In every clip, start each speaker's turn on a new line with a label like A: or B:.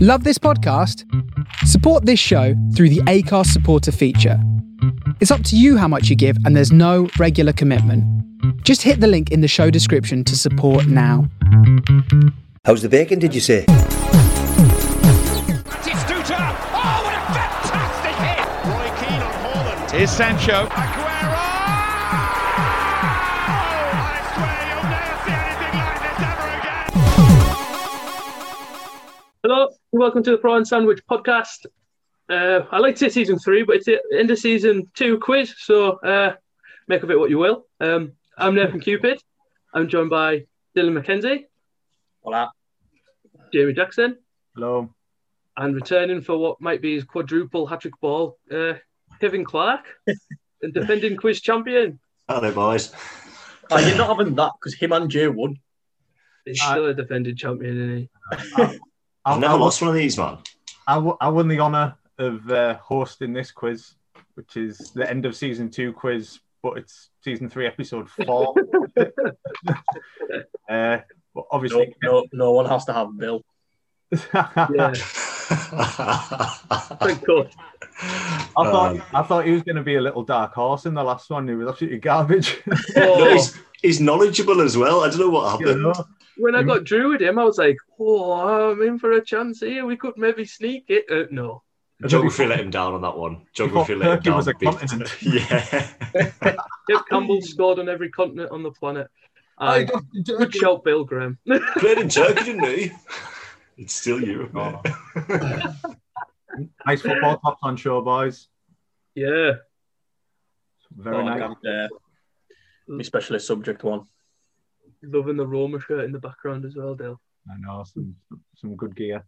A: Love this podcast? Support this show through the ACARS supporter feature. It's up to you how much you give, and there's no regular commitment. Just hit the link in the show description to support now.
B: How's the bacon, did you say?
C: Batistuta. Oh, what a fantastic hit! Roy Keane on Holland.
D: Here's Sancho.
C: Aguero! Oh, I swear you'll never see anything like this ever again.
E: Hello, and welcome to the Prawn Sandwich podcast. Uh, I like to say season three, but it's the end of season two quiz, so uh, make of it what you will. Um, I'm Nathan Cupid. I'm joined by Dylan McKenzie. Hola. Jamie Jackson.
F: Hello.
E: And returning for what might be his quadruple hat trick ball, uh, Kevin Clark, and defending quiz champion.
B: Hello, boys.
G: Oh, you're not having that because him and Jay won.
E: He's
F: Uh,
E: still a defending champion, isn't he?
B: I've never
F: I,
B: lost one of these, man.
F: I, w- I won the honour of uh, hosting this quiz, which is the end of season two quiz, but it's season three, episode four. uh, but
G: No,
F: obviously,
G: no, no one has to have Bill.
E: Yeah, thank God.
F: I thought
B: Um,
F: I thought he was going to be a little dark horse in the last one. He was absolutely garbage.
B: No,
E: Oh,
B: he's, he's knowledgeable as well. I don't know what
F: You
B: happened.
F: know?
E: when I got Drew with him, I was like, oh, I'm in for a chance here. We could maybe sneak it. Uh, no.
B: Geography let him down on that one. Geography let him
F: Turkey
B: down.
F: was a
B: big-
F: continent.
B: yeah.
E: Dave Campbell scored on every continent on the planet.
F: I
E: Uh,
F: don't-
E: good shout, Bill Graham.
B: Played in Turkey, didn't he? It's still you.
F: Oh. nice football tops on show, boys.
E: yeah.
F: Very
G: Oh, I
F: nice.
G: can't, uh, my specialist subject one.
E: Loving the Roma shirt in the background as well, Dale.
F: I know some some good gear.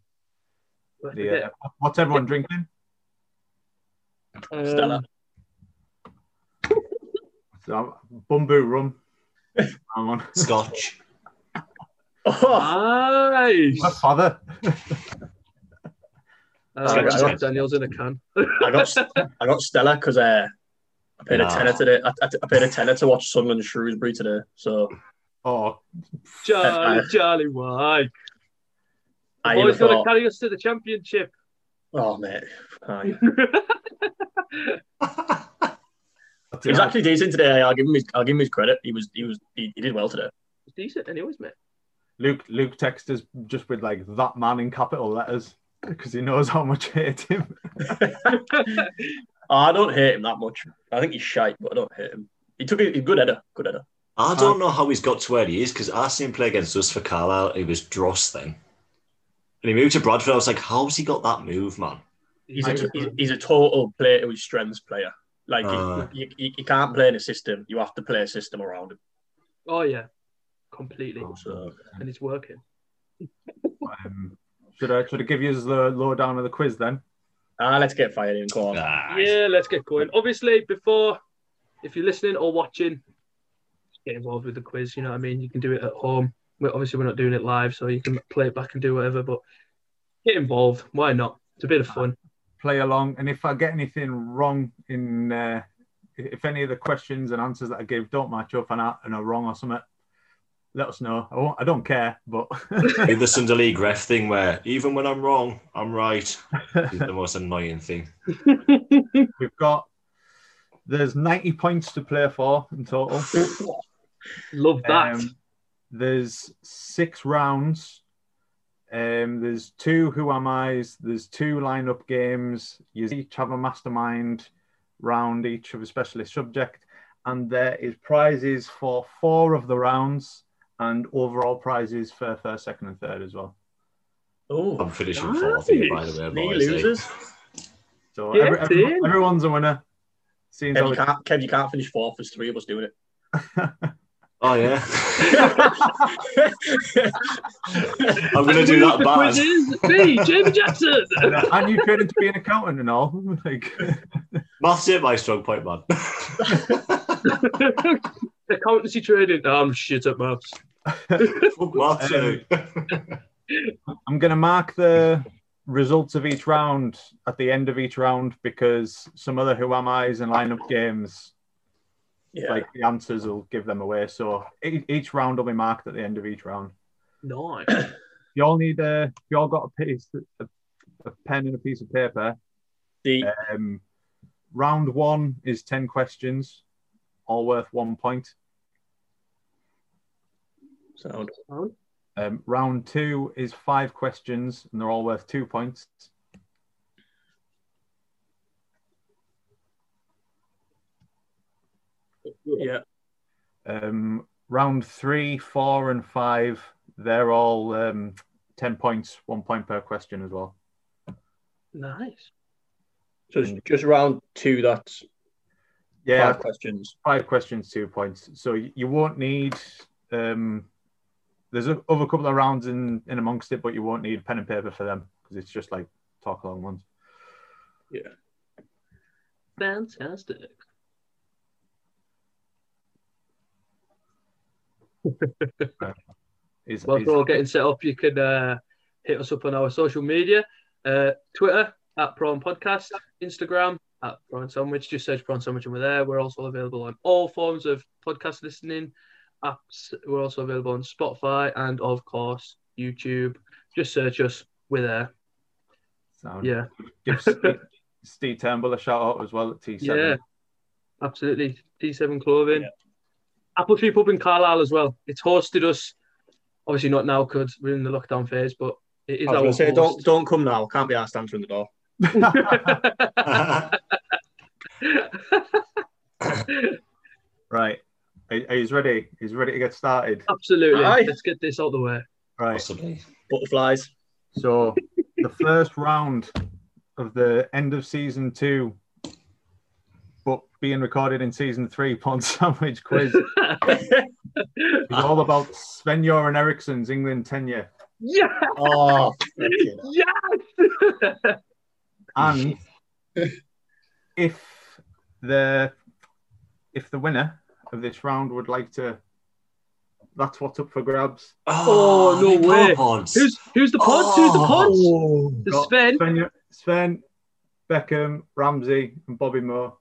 E: I forget,
F: Yeah. What's everyone drinking?
E: um,
G: Stella.
F: So, Bumbu rum. I'm on.
B: Scotch.
G: Oh,
E: Um, Nice.
F: My father.
E: Uh,
B: Scotch
E: Jack
B: tape.
E: Daniels in a can.
G: I got I got Stella because uh, I paid
B: Nah.
G: a tenner today. I, I, I paid a tenner to watch Sunderland Shrewsbury today. So
F: Oh,
E: Charlie, Charlie, why?
G: I even
E: Always going to
G: thought,
E: carry us to the championship.
G: oh mate, aye.
F: that's
G: he was
F: it.
G: actually decent today. I'll give him his I'll give him his credit. He was he was he, he did well today.
E: It's decent, anyways, mate.
F: Luke Luke texts us just with like that man in capital letters because he knows how much I hate him.
G: I don't hate him that much. I think he's shite, but I don't hate him. He took a, a good header, good header.
F: Uh,
B: I don't know how he's got to where he is because I seen him play against us for Carlisle. It was dross thing. And he moved to Bradford. I was like, how's he got that move, man?
G: He's
E: I-
G: a, he's, he's a total player to his strengths player. Like
B: Uh.
G: you, you, you can't play in a system. You have to play a system around him.
E: oh, yeah. Completely.
G: So
E: And it's working.
F: Um, should I should I give you the lowdown of the quiz then?
G: ah, let's get fired in. Come on.
B: Ah,
E: Yeah, let's get going. Obviously, before, if you're listening or watching, get involved with the quiz. You know what I mean? You can do it at home. we obviously, we're not doing it live, so you can play it back and do whatever, but get involved. Why not? It's a bit of fun.
F: Play along, and if I get anything wrong in uh, if any of the questions and answers that I give don't match up and I, and are wrong or something, let us know. I won't, I don't care, but
B: Do the Sunday League ref thing where even when I'm wrong, I'm right. It's the most annoying thing.
F: we've got there's 90 points to play for in total.
E: Love that.
F: Um, there's six rounds. Um, there's two Who Am I's. There's two lineup games. You each have a mastermind round, each of a specialist subject, and there is prizes for four of the rounds, and overall prizes for first, second, and third as well.
B: I'm
G: Oh,
B: finishing fourth here, by the way.
G: knee
B: Boys, eh?
G: losers.
F: So
E: Yeah,
F: every- every-
E: dude.
F: everyone's a winner. Seems
G: Kev you,
F: like
G: can't, Kev, you can't finish fourth. There's three of us doing it.
B: Oh yeah, I'm gonna do that
E: The quiz
B: bad.
E: is me, Jamie Jackson.
F: and you training to be an accountant and all. Like,
B: Maths ain't my strong point, man.
E: Accountancy trading. Oh, I'm shit at maths.
B: Fuck maths. you know.
F: I'm going to mark the results of each round at the end of each round because some other Who Am I's and lineup games,
G: yeah.
F: like the answers will give them away. So e- each round will be marked at the end of each round.
E: Nice.
F: uh, You all need a, you all got a piece, a a pen and a piece of paper.
G: The
F: Um, round one is 10 questions, all worth one point.
G: sound.
F: Um, round two is five questions, and they're all worth two points.
G: Yeah.
F: Um, round three, four, and five, they're all um, 10 points, one point per question as well.
E: Nice.
G: So it's just round two. That's
F: Yeah,
G: five questions.
F: five questions, two points. So y- you won't need. Um, there's a, other couple of rounds in, in amongst it, but you won't need pen and paper for them because it's just like talk along ones.
E: Fantastic.
F: Is,
E: Whilst
F: is-
E: we're all getting set up, you can uh, hit us up on our social media uh, Twitter at Prawn Podcast, Instagram at Prawn Sandwich. Just search Prawn Sandwich and we're there. We're also available on all forms of podcast listening apps. We're also available on Spotify and, of course, YouTube. Just search us. We're there.
F: sound.
E: Yeah,
F: Give Steve, Steve Turnbull a shout out as well at T7.
E: Yeah. absolutely. D7 Clothing.
G: Yeah.
E: Apple Tree Pub in Carlisle as well. It's hosted us. Obviously, not now because we're in the lockdown phase, but it is
G: I was
E: our
G: gonna say, don't
E: host.
G: don't come now. Can't be asked answering the door.
E: Um,
F: Right. Are, are you ready? He's ready to get started.
E: Absolutely.
G: Aye.
E: Let's get this out of the way.
F: Right.
B: Possibly.
G: Butterflies.
F: So the first round of the end of season two, but being recorded in season three, Pawn Sandwich Quiz is all about Sven Göran Eriksson's England tenure.
E: Yeah.
G: Oh,
E: Yeah.
F: And if the if the winner of this round would like to that's what's up for grabs.
E: Oh, no
B: Ah, the
E: way.
B: Pods.
E: Who's who's the pods? Who's the pods? The Sven.
F: Sven, Sven Beckham, Ramsey, and Bobby Moore.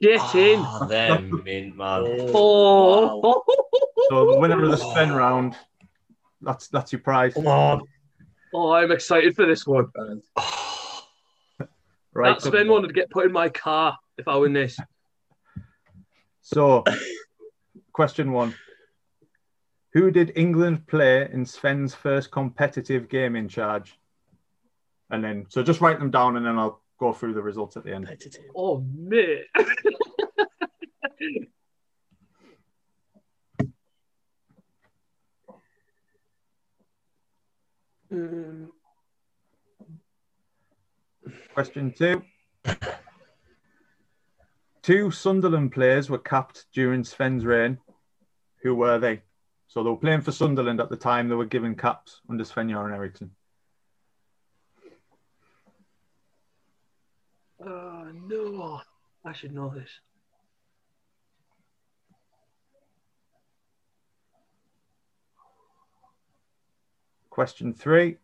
E: Get in.
B: Ah, them, mint, man.
E: Oh.
F: So the winner of the spin round, that's that's your prize,
G: come on.
E: Oh, I'm excited for this one.
F: right?
E: that Sven wanted to get put in my car if I win this.
F: So, question one: Who did England play in Sven's first competitive game in charge? And then, so just write them down, and then I'll go through the results at the end.
G: Competitive.
E: Oh mate. Um,
F: Question two: Two Sunderland players were capped during Sven's reign. Who were they? So they were playing for Sunderland at the time. They were given caps under Sven Göran Eriksson.
E: oh no. I should know this.
F: Question three.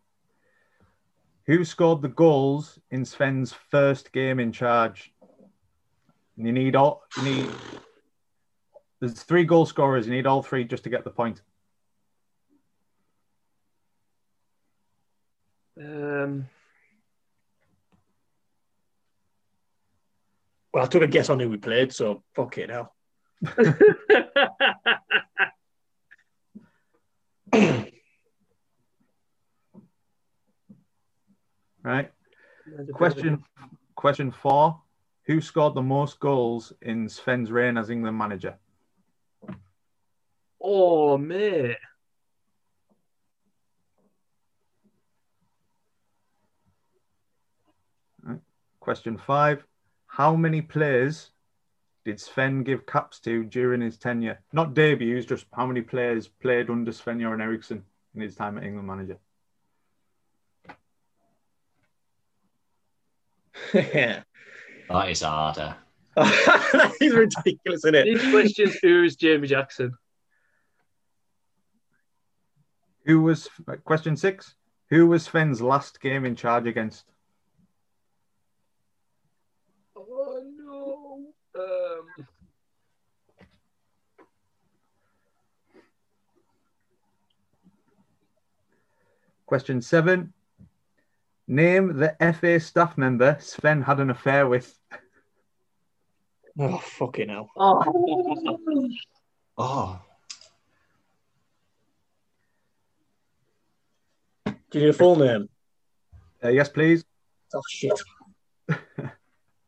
F: Who scored the goals in Sven's first game in charge? And you need all you need there's three goal scorers, you need all three just to get the point.
E: Um,
G: Well, I took a guess on who we played, so fuck it now.
F: Right? Question question four. Who scored the most goals in Sven's reign as England manager?
E: Oh mate.
F: Question five. How many players did Sven give caps to during his tenure? Not debuts, just how many players played under Sven Göran Eriksson in his time at England manager?
B: That is harder.
G: that is ridiculous, isn't it?
E: These questions. Who's Jamie Jackson?
F: Who was question six? Who was Sven's last game in charge against?
E: Oh no. Um,
F: Question seven. Name the FA staff member Sven had an affair with.
G: Oh, fucking hell.
E: Oh,
B: Oh,
G: Do you need a full name?
F: Uh, yes, please.
G: Oh, shit.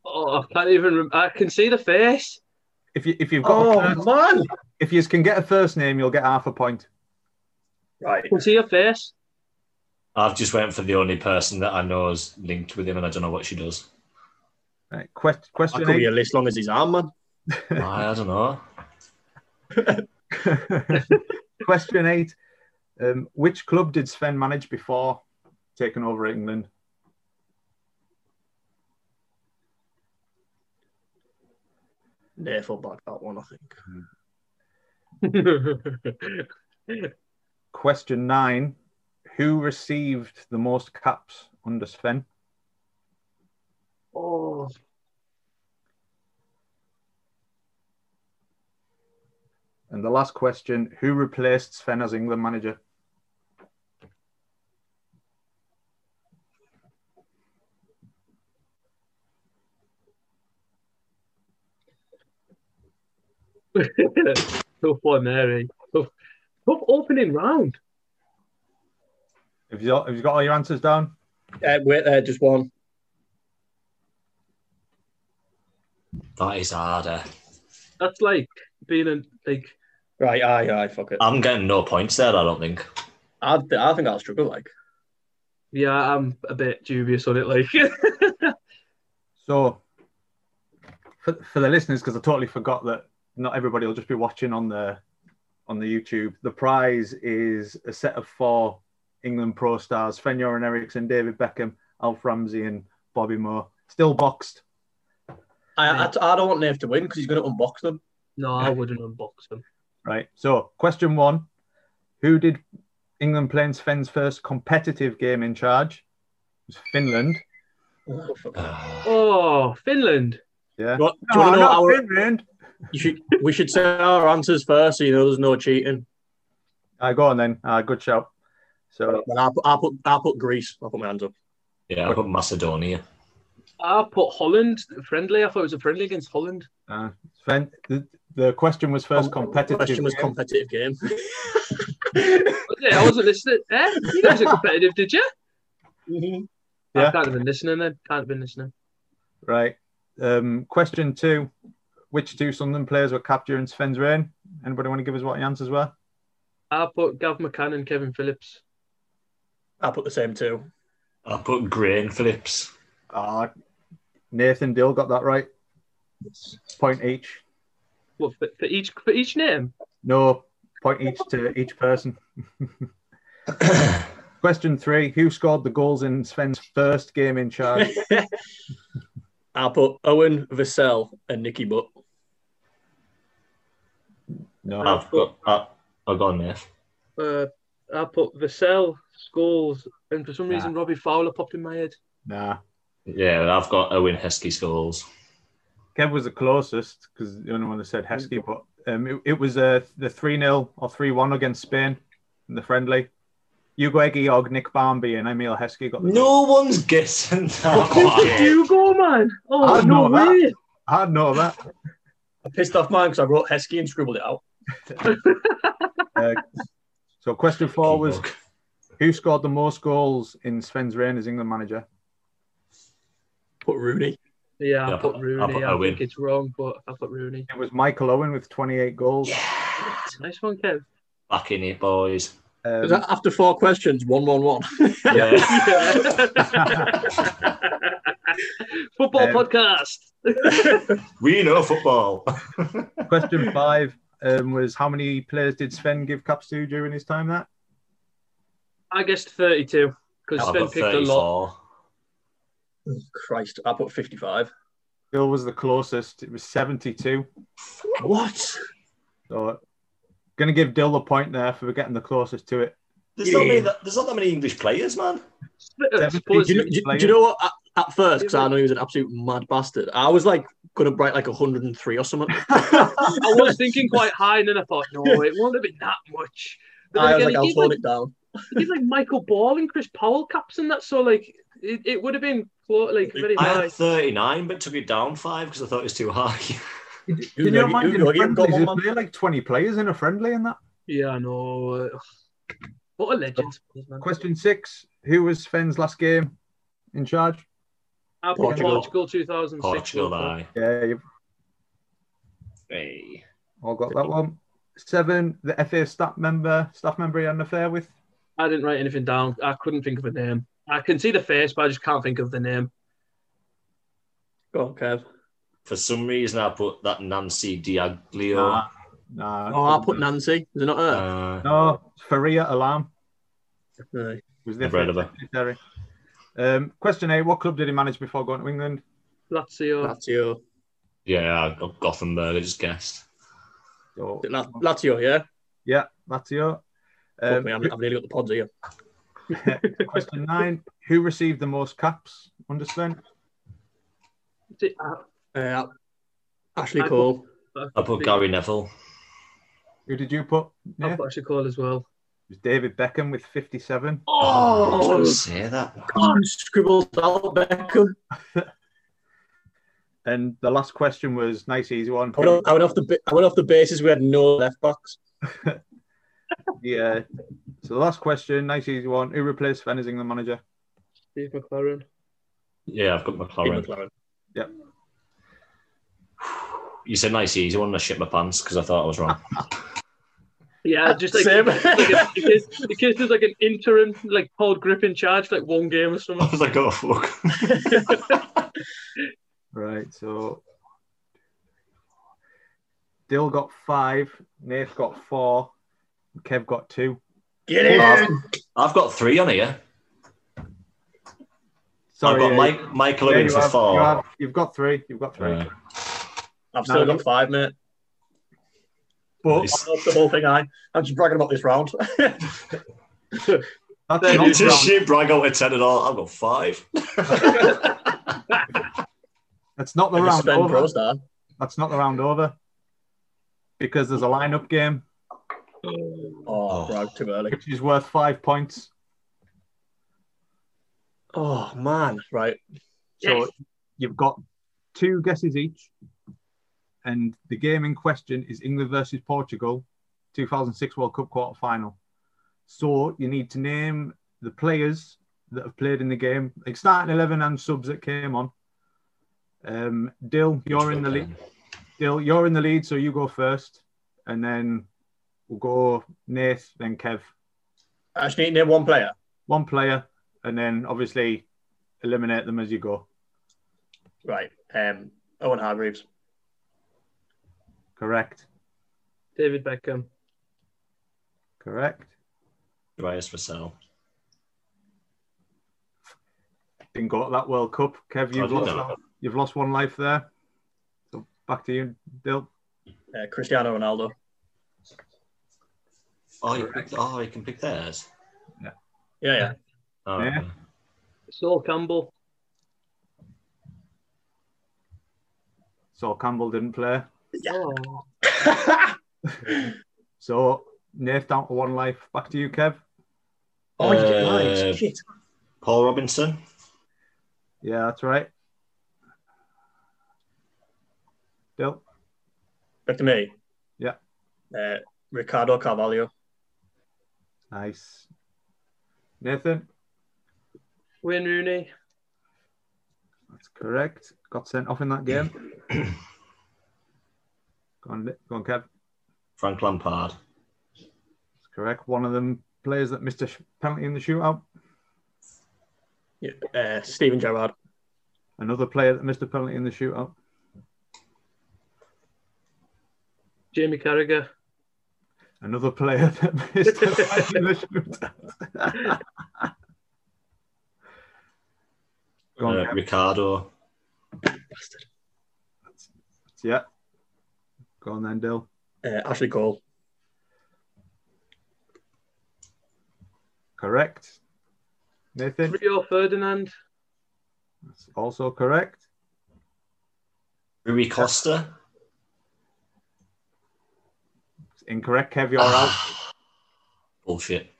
E: oh, I can't even. Rem- I can see the face.
F: If you if you've got
G: Oh,
F: a first,
G: man.
F: if you can get a first name, you'll get half a point.
G: Right.
E: I can see her face.
B: I've just went for the only person that I know is linked with him, and I don't know what she does.
F: Right, quest,
G: I
F: question
G: could be
F: eight.
G: a list long as his arm, man.
B: I, I don't know.
F: question eight. Um, which club did Sven manage before taking over England?
G: Therefore, back that one, I think.
F: Question nine. Who received the most caps under Sven?
E: oh,
F: And the last question, who replaced Sven as England manager?
E: tough one, there, eh? Tough, tough opening round.
F: Have you, have you got all your answers down?
G: Uh, wait there, just one.
B: That is harder.
E: That's like being a like.
G: Right, aye, aye, fuck it.
B: I'm getting no points there. I don't think.
G: I, I think I'll struggle, like.
E: Yeah, I'm a bit dubious on it. Like,
F: So, for, for the listeners, because I totally forgot that not everybody will just be watching on the on the YouTube. The prize is a set of four England pro stars: Sven Göran Eriksson, David Beckham, Alf Ramsey, and Bobby Moore. Still boxed.
G: I, I, I don't want Nave to win because he's going to unbox them.
E: no, I wouldn't unbox them.
F: Right. So, question one: Who did England play in Sven's first competitive game in charge? It was Finland.
G: Oh, fuck.
B: Uh,
E: Oh, Finland.
F: Yeah.
G: What, do you
F: No,
G: wanna know
F: not
G: our-
F: Finland.
G: you should, we should say our answers first so you know there's no cheating.
F: I go on then. Ah, good shout. So,
G: But I, put, I, put, I put Greece. I put my hands up.
B: yeah, I put Macedonia.
E: I put Holland friendly. I thought it was a friendly against Holland.
F: uh, Sven, the, the question was first competitive.
G: question was
F: game.
G: competitive game.
E: Was it? I wasn't listening. Eh? You guys are competitive, did you?
F: Yeah.
E: I can't have been listening then. Can't have been listening.
F: Right. Um, question two: Which two Sunderland players were capped during Sven's reign? Anybody want to give us what the answers were?
E: I put Gav McCann and Kevin Phillips.
G: I put the same two.
B: I put Grain Phillips.
F: Ah, Nathan Dill got that right. Point each.
E: What for, for each for each name?
F: No, point each to each person. question three: Who scored the goals in Sven's first game in charge?
G: I put Owen, Vassell, and Nicky Butt.
F: No.
B: I've got. Uh, I've got Nath.
E: Uh, I put Vassell, Scholes, and for some reason Robbie Fowler popped in my head.
F: Nah.
B: Yeah, I've got Owen Heskey scores.
F: Kev was the closest because the only one that said Heskey, but um, it, it was uh, the 3 0 or 3 1 against Spain in the friendly. Hugo Egiog, Nick Barmby, and Emil Heskey got the goal.
B: No one's guessing
E: Fucking
B: that.
E: Hugo, man! Oh
F: I
E: no
F: know that.
E: way!
F: I didn't know that.
G: I pissed off mine because I wrote Heskey and scribbled it out.
F: Uh, so question four was who scored the most goals in Sven's reign as England manager?
G: Put Rooney.
E: Yeah, I
B: Yeah, I
E: put
B: put- I
E: Rooney.
B: put
E: I,
B: Owen.
E: think it's wrong, but I put Rooney.
F: It was Michael Owen with 28 goals.
E: Nice one, Kev.
B: Back in it, boys.
F: Um,
G: Was that after four questions? One, one, one.
B: Yeah.
E: Football
F: Um,
E: podcast.
B: we know football.
F: question five um, was how many players did Sven give caps to during his time there?
E: I guessed 32 because
B: I've
E: Sven
B: got
E: picked a lot.
B: 34.
G: Christ, I put 55.
F: Bill was the closest. It was 72.
G: What?
F: So, going to give Dill a point there for getting the closest to it.
B: There's, not many, there's not that many English players, man.
E: I
F: Seventy,
G: Do
E: uh, suppose-
G: you, do you- do you know what? At, at first, because I know he was an absolute mad bastard, I was like going to write like 103 or something.
E: I was thinking quite high, and then I thought, no, it won't have been that much. But then
G: I was
E: again,
G: like, I'll
E: he, gave
G: hold
E: like,
G: it down.
E: he gave like Michael Ball and Chris Powell caps and that, so like It, it would have been clo- like very
B: I
E: high.
B: had 39, but took it down five because I thought it was too high.
F: Can you
G: Who-
F: imagine
G: who-
F: a
G: who-
F: friendly?
G: come on,
F: They
G: man.
F: play like 20 players in a friendly in that.
E: Yeah, I know. What a legend. man.
F: Question six Who was Fenn's last game in charge?
E: I'll pick
G: Portugal.
E: Portugal 2006.
B: Portugal,
E: World Cup.
B: aye.
F: Yeah, you've
B: Hey.
F: all got that one. Seven, the FA staff member, staff member he had an affair with.
E: I didn't write anything down. I couldn't think of a name. I can see the face, but I just can't think of the name.
G: Go on, Kev.
B: For some reason, I put that Nancy Diaglio.
F: Nah, nah.
G: Oh, I'll put Nancy. Is it not
E: Ah.
G: her?
B: Uh,
F: No, Faria Alarm
G: Aye.
F: was the
B: I've read
F: FA
B: of her.
F: secretary. Um, question eight, what club did he manage before going to England?
E: Lazio.
G: Lazio.
B: yeah, I got Gothenburg, I just guessed.
F: So,
G: Is it La- Lazio, yeah?
F: yeah, Lazio.
G: Fuck
F: Um,
G: me, I've, I've nearly got the pods here.
F: question nine, who received the most caps under Sven?
E: Is it- I-
G: Uh, Ashley
E: I-
G: Cole.
B: I put Gary Neville.
F: Who did you put? Yeah,
E: I've
F: it
E: got Ashley Cole as well.
F: was David Beckham with 57.
B: Oh, I was going to say that.
G: God, scribbles out Beckham.
F: And the last question was nice, easy one.
G: I went, off, I went off the ba- I went off the basis we had no left backs.
F: Yeah. uh, So the last question, nice, easy one. Who replaced Sven as England manager?
E: Steve McLaren.
B: Yeah, I've got McLaren.
G: McLaren.
B: You said nice easy one, and I shit my pants because I thought I was wrong.
E: Yeah, just like,
G: Same.
E: like a, in, case, in case there's like an interim, like Paul Grip in charge, like one game or
B: I
E: something.
B: was like, oh, fuck.
F: Right. So Dill got five, Nath got four, and Kev got two.
G: Get
B: I've,
G: in!
B: I've got three on here.
F: Sorry,
B: I've got
F: yeah,
B: Mike, Michael
F: yeah,
B: Owen
F: you
B: for
F: have,
B: four.
F: You have, you've got three. You've got three.
B: Right.
G: I've still
F: No.
G: got five, mate.
F: But
B: Nice.
G: I've lost the whole thing, I. I'm just bragging about this round.
F: that's
E: Then
F: not
B: You just
F: round,
B: shit brag out at 10 and all. I've got five.
F: that's not the
G: Like a
F: round
G: Sven
F: over.
G: Pro star.
F: That's not the round over. Because there's a lineup game,
G: Oh, brag too early.
F: which is worth five points.
G: Oh, man. Right.
F: So
E: Yes.
F: you've got two guesses each, and the game in question is England versus Portugal, 2006 World Cup quarter final. So you need to name the players that have played in the game, like starting eleven and subs that came on. Um, Dill, you're in the lead. Dill, you're in the lead, so you go first, and then we'll go Nath, then Kev,
G: I just need to name one player.
F: one player, and then obviously eliminate them as you go.
G: Right. Um, Owen Hargreaves.
F: Correct.
E: David Beckham.
F: Correct.
B: Darius Vassell.
F: didn't go to that World Cup. Kev, you've
B: did
F: lost,
B: not.
F: you've lost one life there. So back to you, Dill.
G: Uh, Cristiano Ronaldo.
B: Oh, you, picked, oh, you can pick theirs.
G: Yeah, yeah.
B: Oh,
F: Yeah.
B: okay.
E: Saul Campbell.
F: So Campbell didn't play.
E: Oh,
F: So Nath down to one life. Back to you, Kev.
G: oh, you
B: Uh,
G: guys. Shit.
B: Paul Robinson.
F: Yeah, that's right. Dill.
G: Back to me.
F: Yeah.
G: Uh, Ricardo Carvalho.
F: Nice. Nathan.
E: Wayne Rooney.
F: That's correct. Got sent off in that game. go, on, Di- go on, Kev.
B: Frank Lampard.
F: That's correct. One of them players that missed a sh- penalty in the shootout.
G: Yeah. Uh, Steven Gerrard.
F: Another player that missed a penalty in the shootout.
E: Jamie Carragher.
F: Another player that missed a penalty in the shootout. Go on,
B: Uh,
F: Kev.
B: Ricardo.
F: yeah. Go on then, Dill.
G: Uh, Ashley Cole.
F: Correct. Nathan,
E: Rio Ferdinand.
F: that's also correct.
B: Rui Costa.
F: It's incorrect, Kev, you're
B: Ah.
F: out.
B: Bullshit.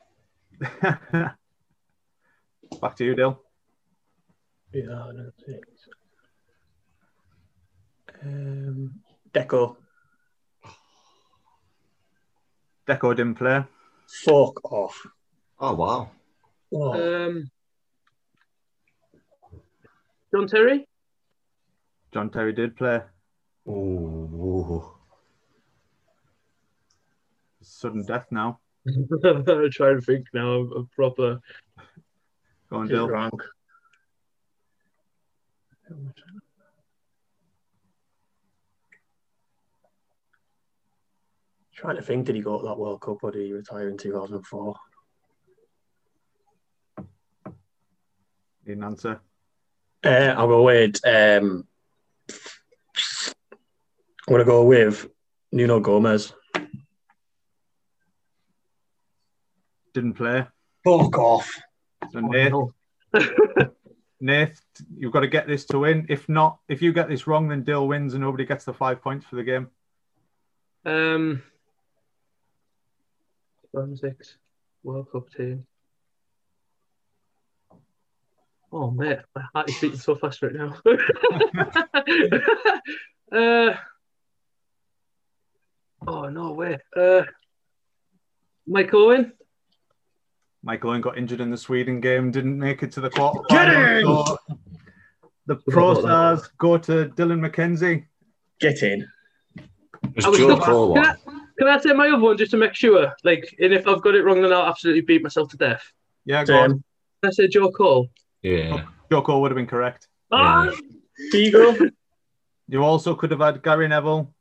F: Back to you, Dill.
G: 2006. Um, Deco.
F: Deco didn't play.
G: Fuck off.
B: Oh wow.
G: Oh,
E: Um, John Terry?
F: John Terry did play.
B: Ooh.
F: Sudden death now.
E: I'm trying to think now of a proper.
F: Go on,
G: get
F: Dill.
G: drunk. Trying to think, did he go to that World Cup or did he retire in 2004?
F: Need an answer.
G: Uh, I'll go with. Um, I'm going to go with Nuno Gomez.
F: Didn't play.
G: Fuck off.
F: So Nath, Nath, you've got to get this to win. If not, if you get this wrong, then Dill wins and nobody gets the five points for the game.
E: Um, 2006 World Cup team. Oh, mate, my heart is beating so fast right now. uh, oh, no way. Uh, Mike Owen?
F: Mike Owen got injured in the Sweden game, didn't make it to the quarter.
G: Get in!
F: the Pro Stars go to Dylan McKenzie.
G: Get in.
B: It
E: I
B: was
E: was
B: Joe
E: gonna-
B: Cole
E: Can
B: one.
E: I, can I say my other one just to make sure? Like, and if I've got it wrong, then I'll absolutely beat myself to death.
F: Yeah, go on.
G: Um,
E: Can I say Joe Cole?
B: Yeah.
F: Joko would have been correct.
E: Ah!
G: Deagle.
F: You also could have had Gary Neville,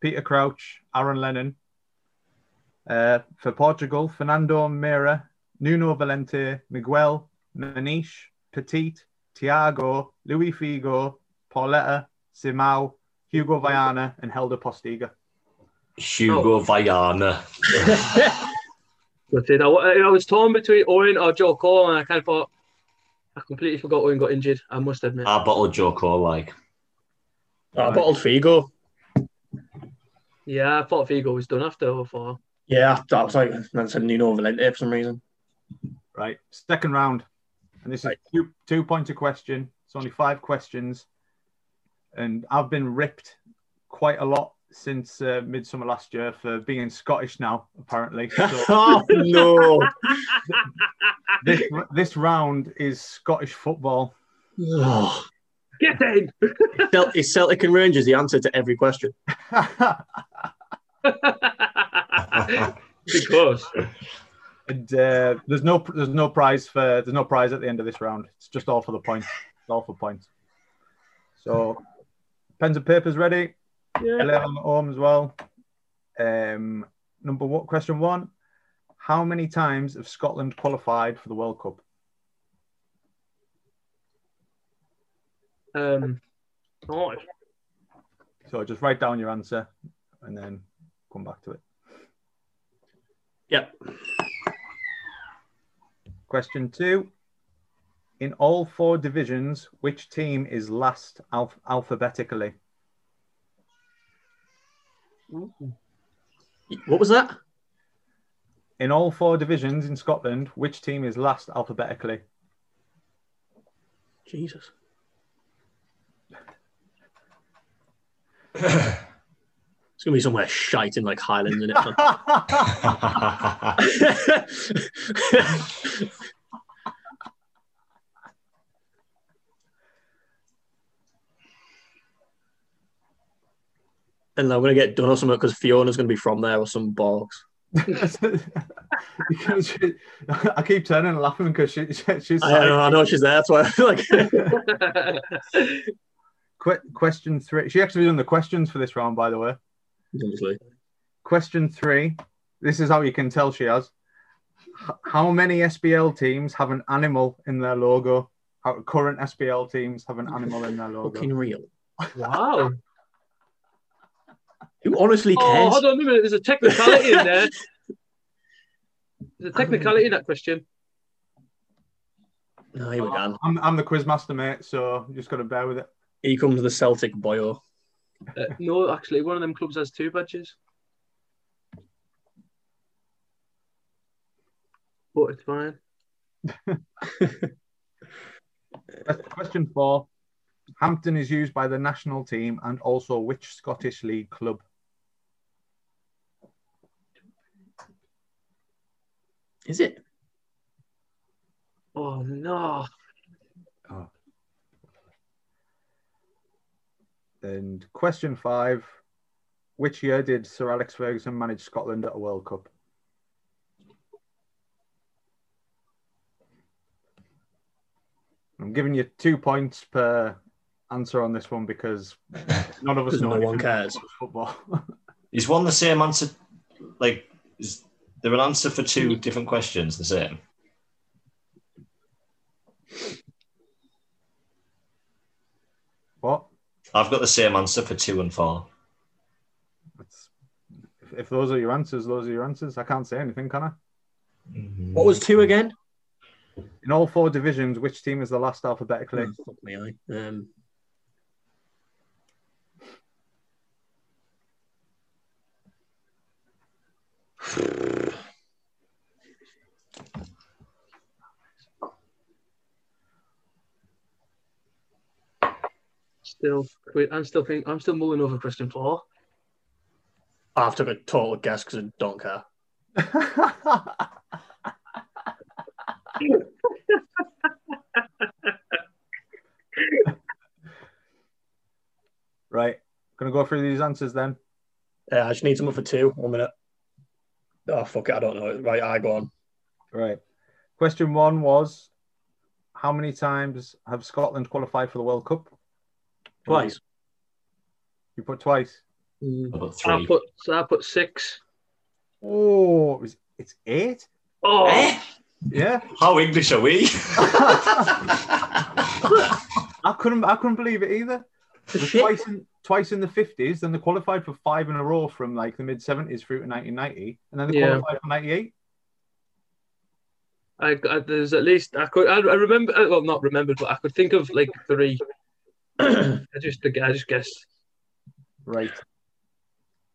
F: Peter Crouch, Aaron Lennon. Uh, for Portugal, Fernando Meira, Nuno Valente, Miguel, Manish, Petit, Thiago, Luis Figo, Pauletta, Simao, Hugo Viana, and Helder Postiga.
B: Hugo Viana.
E: But then I, I was torn between Owen or Joe Cole, and I kind of thought, I completely forgot Owen got injured. I must admit.
B: I bottled Joe Cole like.
G: I Oh, bottled Figo.
E: yeah, I thought Vigo was done after over four.
G: Yeah, I was like, I said Nuno Valente for some reason.
F: Right, second round. And this is
G: Right.
F: two, two pointer question. It's only five questions. And I've been ripped quite a lot since uh, midsummer last year for being Scottish now, apparently. So
G: oh, no.
F: this, this round is Scottish football.
G: Oh.
E: Get in!
G: Cel- Is Celtic and Rangers the answer to every question?
E: because
F: and uh, there's no there's no prize for there's no prize at the end of this round. It's just all for the points. It's all for points. So pens and papers ready.
E: yeah.
F: Hello on home as well. Um, number one, question one: How many times have Scotland qualified for the World Cup?
E: um, oh,
F: So just write down your answer and then come back to it.
G: Yep.
F: Question two: In all four divisions, which team is last alph- alphabetically?
G: What was that?
F: In all four divisions in Scotland, which team is last alphabetically?
G: Jesus. It's gonna be somewhere shite in like Highlands, isn't it? and I'm gonna get done or something because Fiona's gonna be from there or some bogs.
F: Because she- I keep turning and laughing because she, she, she's.
G: I know, I know she's there. That's why I feel like
F: Que- question three. She actually done the questions for this round, by the way.
G: Obviously.
F: Question three. This is how you can tell she has. H- how many SBL teams have an animal in their logo? How current SBL teams have an animal in their
E: Oh,
F: logo?
G: fucking real.
E: wow.
G: Who honestly
E: Oh,
G: cares?
E: hold on a minute. There's a technicality in there. There's a technicality in that question.
G: no, Oh, here we go.
F: I'm, I'm the quiz master, mate, so you just got to bear with it.
G: Here comes the Celtic boyo.
E: Uh, no, actually, one of them clubs has two badges. But it's fine.
F: Question four. Hampton is used by the national team and also which Scottish League club?
G: Is it?
E: Oh no!
F: And question five. Which year did Sir Alex Ferguson manage Scotland at a World Cup? I'm giving you two points per answer on this one because none of us
G: Because
F: know
G: no one
F: anything
G: cares.
F: about football.
B: Is one the same answer? Like, is there an answer for two different questions the same?
F: what?
B: I've got the same answer for two and four.
F: That's, if, if those are your answers, those are your answers. I can't say anything, can I?
G: What was two again?
F: In all four divisions, which team is the last alphabetically?
G: Oh, fuck me, I. Um,
E: Still, wait, I'm still think I'm still mulling over question four.
G: I've took a total guess because I don't care.
F: right. Gonna go through these answers then.
G: Uh, I just need someone for two. One minute. Oh fuck it, I don't know. it. Right, I go on.
F: Right. Question one was how many times have Scotland qualified for the World Cup?
G: Twice.
F: You put twice.
G: Mm.
B: I've got
E: I
B: three.
E: put so I put six.
F: Oh, it was- it's eight?
E: Oh,
B: Eh?
F: Yeah.
B: How English are we?
F: I couldn't I couldn't believe it either. It was
G: Shit.
F: twice in twice in the fifties, then they qualified for five in a row from like the mid seventies through to nineteen ninety, and then they
E: Yeah.
F: qualified for ninety eight.
E: I, I there's at least I could I, I remember uh, well not remembered but I could think of like three. I just I just guessed.
F: Right.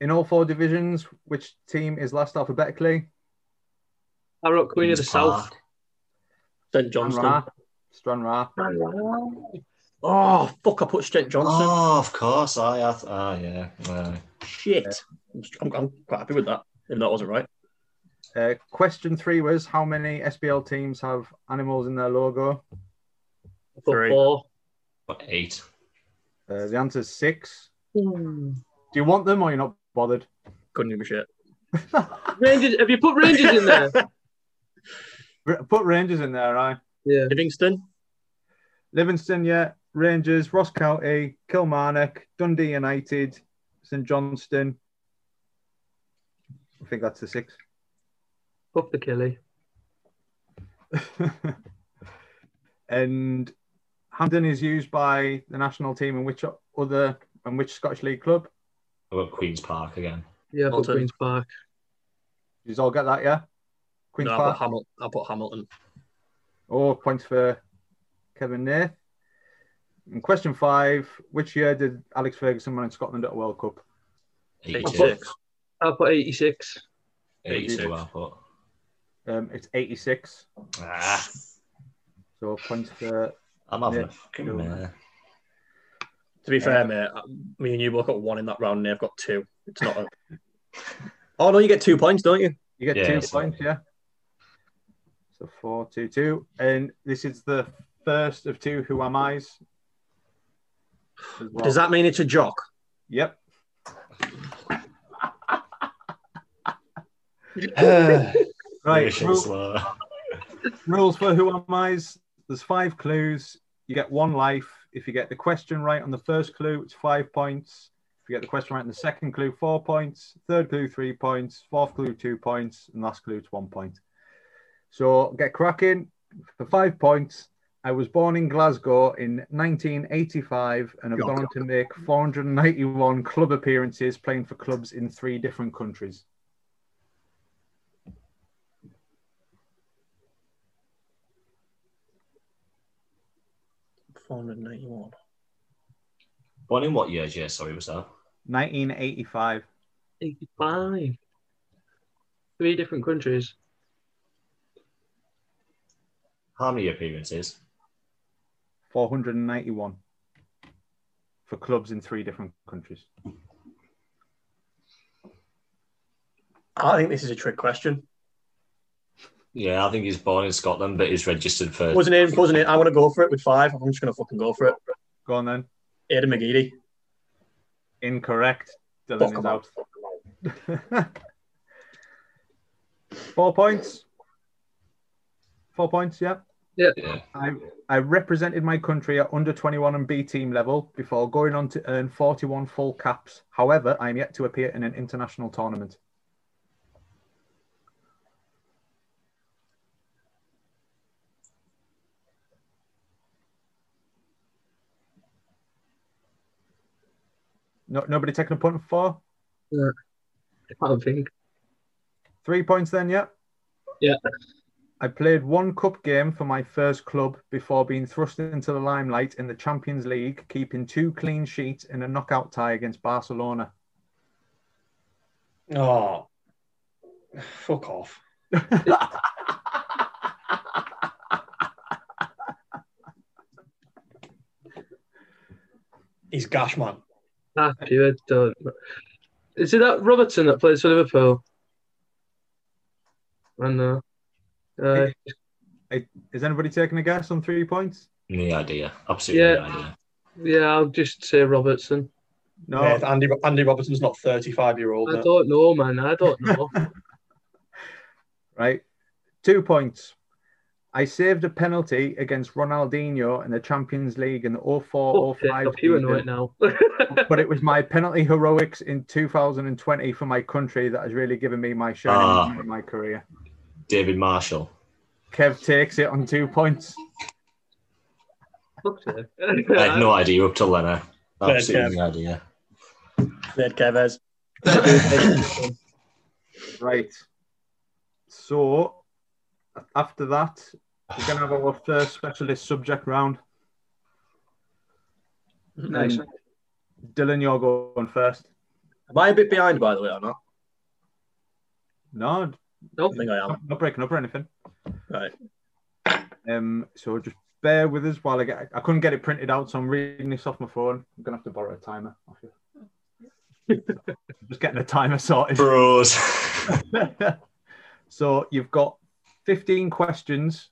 F: In all four divisions, which team is last alphabetically?
E: I wrote Queen of the
B: Queen's
E: South.
B: Park.
G: St
F: Stranraer.
G: Johnston.
F: Stranraer.
G: Oh fuck! I put St Johnston.
B: Oh, of course. I, I ah, yeah. aye.
G: Shit. I'm, I'm quite happy with that. If that wasn't right.
F: Uh, question three was how many SBL teams have animals in their logo?
E: I put
G: Three.
E: four.
B: Got eight.
F: Uh, the answer is six. Do you want them or you're not bothered?
G: Couldn't give a shit.
E: Rangers. Have you put Rangers in there?
F: R- Put Rangers in there, right?
E: yeah.
G: Livingston.
F: Livingston, yeah. Rangers, Ross County, Kilmarnock, Dundee United, St Johnston. I think that's the six.
E: Up the Kelly.
F: and Hampden is used by the national team and which other and which Scottish League club?
B: I got Queen's Park again.
E: Yeah, I put
G: Bolton.
E: Queen's Park.
F: You all get that, yeah? Queen's
G: no, I
F: Park.
G: put Hamilton. I put Hamilton.
F: Oh, points for Kevin Nath. And question five: Which year did Alex Ferguson manage Scotland at a World Cup?
B: Eighty-two.
G: Six.
E: I put 86.
B: Eighty-two. I put.
F: Um, it's 86,
B: Ah,
F: so points for
B: I'm having
F: Yeah.
B: a fucking mare.
G: To be fair, mate, me and you both got one in that round, and they've got two. It's not. A... oh no, you get two points, don't you?
F: you get
B: Yeah,
F: two
B: it's not-
F: points, yeah. So four, two, two, and this is the first of two Who Am I's. as well.
G: Does that mean it's a jock?
F: Yep. Right.
B: Russian
F: rule-
B: slow.
F: rules for Who Am I's. There's five clues. You get one life. If you get the question right on the first clue, it's five points. If you get the question right on the second clue, four points. Third clue, three points. Fourth clue, two points. And last clue, it's one point. So get cracking for five points. I was born in Glasgow in 1985 and have
G: Go on,
F: gone on to make 491 club appearances playing for clubs in three different countries.
G: Four hundred ninety-one.
B: Born in what year, Jay? Sorry, was that?
F: 1985.
E: 85. Three different countries.
B: How many appearances?
F: 491 for clubs in three different countries.
G: I think this is a trick question.
B: Yeah, I think he's born in Scotland, but he's registered for.
G: Wasn't in, wasn't in. I want to go for it with five. I'm just going to fucking go for it.
F: Go on then.
G: Aidan McGeady.
F: Incorrect. Dylan
G: Fuck
F: is
G: him out.
F: out. Four points. Four points, yeah.
B: Yeah.
F: I, I represented my country at under 21 and B team level before going on to earn 41 full caps. However, I am yet to appear in an international tournament. No, nobody taking a punt for
E: I don't think.
F: three points then, yeah?
E: Yeah.
F: I played one cup game for my first club before being thrust into the limelight in the Champions League, keeping two clean sheets in a knockout tie against Barcelona.
G: Oh, fuck off. He's gash man.
E: Happy you done. Is it that Robertson that plays for Liverpool? I know. Uh,
F: Is anybody taking a guess on three points?
B: No idea. Absolutely
E: Yeah.
B: no idea.
E: yeah, I'll just say Robertson.
F: No.
G: Yeah, Andy, Andy Robertson's not 35 year old.
E: I don't know, man. I don't know.
F: Right. Two points. I saved a penalty against Ronaldinho in the Champions League in the 04
E: Fuck it,
F: 05
E: if Oh, you know it
F: season,
E: now.
F: but it was my penalty heroics in 2020 for my country that has really given me my shining
B: Ah.
F: moment in my career.
B: David Marshall.
F: Kev takes it on two points.
E: Fuck it.
B: I had no idea up till then. eh?
G: Yeah,
B: Absolutely no idea.
G: Ned Kevez.
F: Right. So after that, we're gonna have our first specialist subject round.
E: Nice.
F: Dylan, you're going first.
G: Am I a bit behind, by the way, or not?
F: No,
G: I think I am.
F: not breaking up or anything.
G: Right.
F: Um, so just bear with us while I get. I couldn't get it printed out, so I'm reading this off my phone. I'm gonna have to borrow a timer off you. just getting a timer sorted.
B: Bros.
F: so you've got 15 questions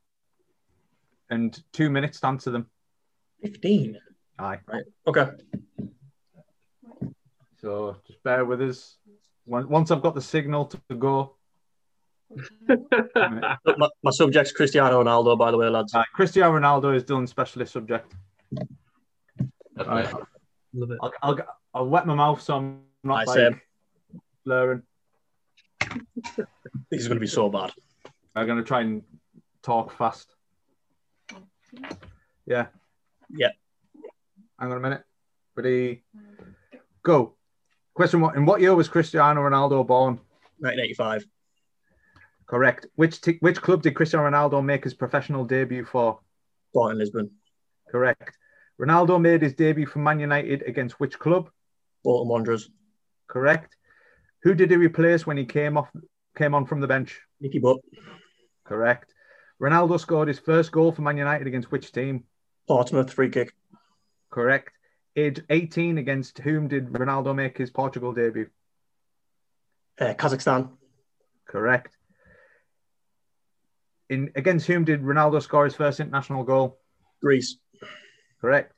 F: and two minutes to answer them.
G: 15.
F: Aye.
G: Okay.
F: So just bear with us. Once once I've got the signal to go,
G: My, my subject's Cristiano Ronaldo, by the way, lads.
F: uh, Cristiano Ronaldo is Dylan's specialist subject.
B: Right.
E: Love it.
F: I'll, I'll, I'll wet my mouth so I'm not
G: Aye,
F: like,
G: same.
F: blurring.
G: This is going to be so bad.
F: I'm going to try and talk fast. Yeah.
G: Yeah.
F: Hang on a minute. Ready? Go. Question one. In what year was Cristiano Ronaldo born?
G: 1985.
F: Correct. Which t- which club did Cristiano Ronaldo make his professional debut for?
G: Born in Lisbon.
F: Correct. Ronaldo made his debut for Man United against which club?
G: Bolton Wanderers.
F: Correct. Who did he replace when he came off came on from the bench?
G: Nicky Butt.
F: Correct. Ronaldo scored his first goal for Man United against which team?
G: Portsmouth. Free kick.
F: Correct. Age 18 against whom did Ronaldo make his Portugal debut?
G: Uh, Kazakhstan.
F: Correct. In against whom did Ronaldo score his first international goal?
G: Greece.
F: Correct.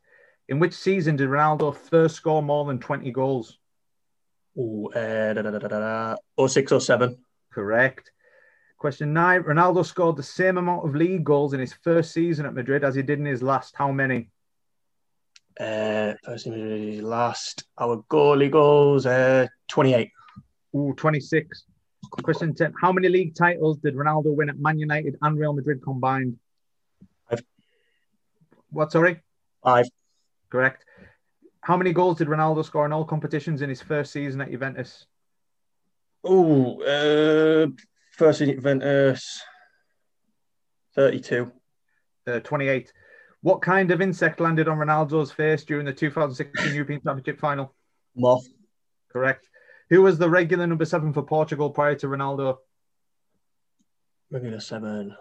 F: In which season did Ronaldo first score more than 20 goals?
G: Ooh, uh, da, da, da, da, da, Oh, da. 06, 07.
F: Correct. Question nine Ronaldo scored the same amount of league goals in his first season at Madrid as he did in his last. How many?
G: Uh, first team, last. Our goalie goals. Uh, 28.
F: Ooh, 26. Question 10 How many league titles did Ronaldo win at Man United and Real Madrid combined?
G: Five.
F: What, sorry?
G: Five.
F: Correct. How many goals did Ronaldo score in all competitions in his first season at Juventus?
G: Ooh, uh, first in Juventus. 32.
F: Uh, 28. What kind of insect landed on Ronaldo's face during the 2016 European Championship final?
G: Moth.
F: Correct. Who was the regular number seven for Portugal prior to Ronaldo?
G: Regular seven.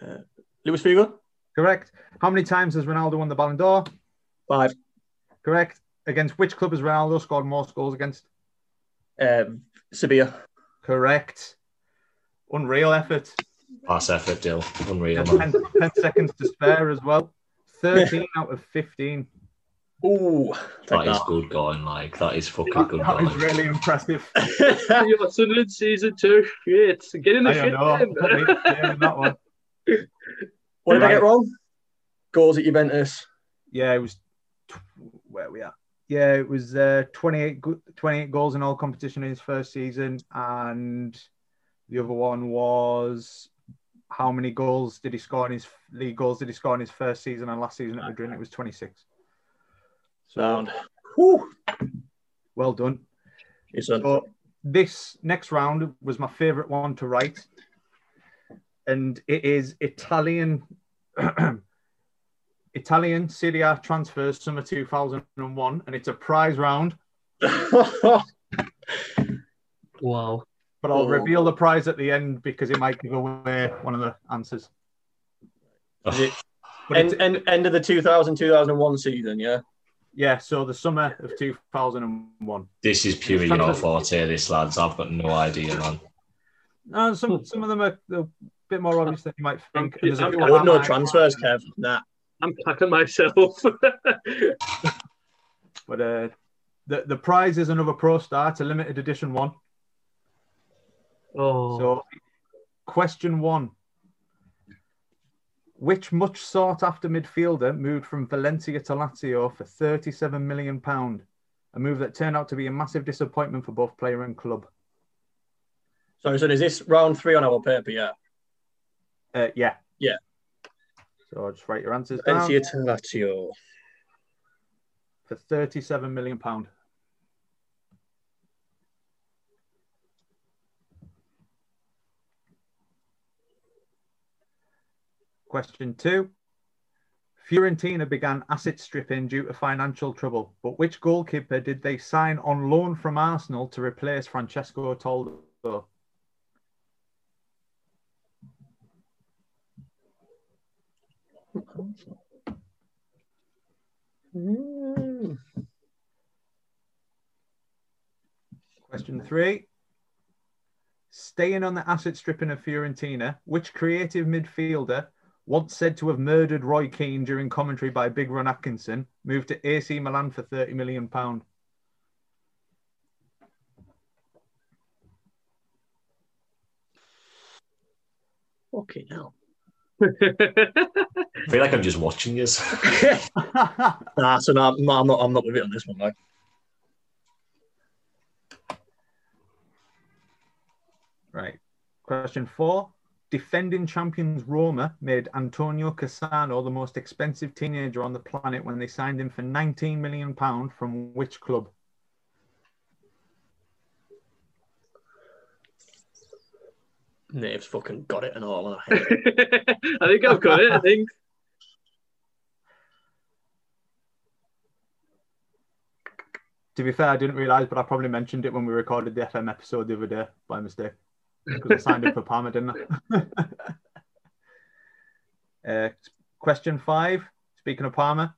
G: Uh, Lewis Figo.
F: Correct. How many times has Ronaldo won the Ballon d'Or?
G: Five.
F: Correct. Against which club has Ronaldo scored more goals against?
G: Uh, Sevilla.
F: Correct. Unreal effort.
B: Pass effort, Dill. Unreal,
F: And
B: man.
F: 10, 10 seconds to spare as well. 13 out of 15.
G: Ooh,
B: That is good going, like. That is fucking good
F: That
B: going.
F: is really impressive.
G: that.
E: You're Sunderland season two. Shit. Get in the
F: I
E: shit.
F: don't know.
E: then.
F: Big game in that one.
G: what did I
F: Right.
G: get wrong? Goals at Juventus.
F: Yeah, it was tw- where we are. Yeah, it was uh, 28, go- 28 goals in all competition in his first season. And the other one was how many goals did he score in his league goals did he score in his first season and last season at Madrid? It was 26.
G: Sound. Whew.
F: Well done.
G: It's a-
F: But this next round was my favorite one to write. And it is Italian Italian Serie A transfers summer 2001 and it's a prize round
G: wow.
F: but I'll
G: Oh.
F: reveal the prize at the end because it might give away one of the answers.
G: Is it-
F: But
G: End,
F: it's-
G: end, end of the 2000 2001 season, yeah.
F: yeah, so the summer of 2001.
B: This is purely your forte, this, lads. I've got no idea, man.
F: Uh, some some of them are a bit more obvious than you might think. There's a
E: I'm-
F: few
G: Hmm. I wouldn't know
F: online.
G: transfers, Kev. Nah.
E: I'm packing myself.
F: But uh, the the prize is another Pro Star. It's a limited edition one.
E: oh.
F: So, question one: Which much sought after midfielder moved from Valencia to Lazio for thirty seven million pound? A move that turned out to be a massive disappointment for both player and club.
G: Sorry, so is this round three on our paper? Yeah.
F: Uh, yeah.
G: Yeah.
F: So I'll just write your answers down
G: Valencia to Lazio.
F: for thirty-seven million pound. Question two. Fiorentina began asset stripping due to financial trouble, but which goalkeeper did they sign on loan from Arsenal to replace Francesco Toldo?
G: Mm.
F: Question three. Staying on the asset stripping of Fiorentina, which creative midfielder, once said to have murdered Roy Keane during commentary by Big Ron Atkinson, moved to AC Milan for £30 million?
G: Fucking hell.
B: I feel like I'm just watching this.
G: Nah, so nah, I'm, I'm, not, I'm not with it on this one, like.
F: right. Question four. Defending champions Roma made Antonio Cassano the most expensive teenager on the planet when they signed him for £19 million from which club?
G: Natives fucking got it and all. and I hate it.
E: I think I've got it. I think.
F: To be fair, I didn't realise, but I probably mentioned it when we recorded the FM episode the other day by mistake. Because I signed up for Palmer, didn't I? uh, question five. Speaking of Palmer,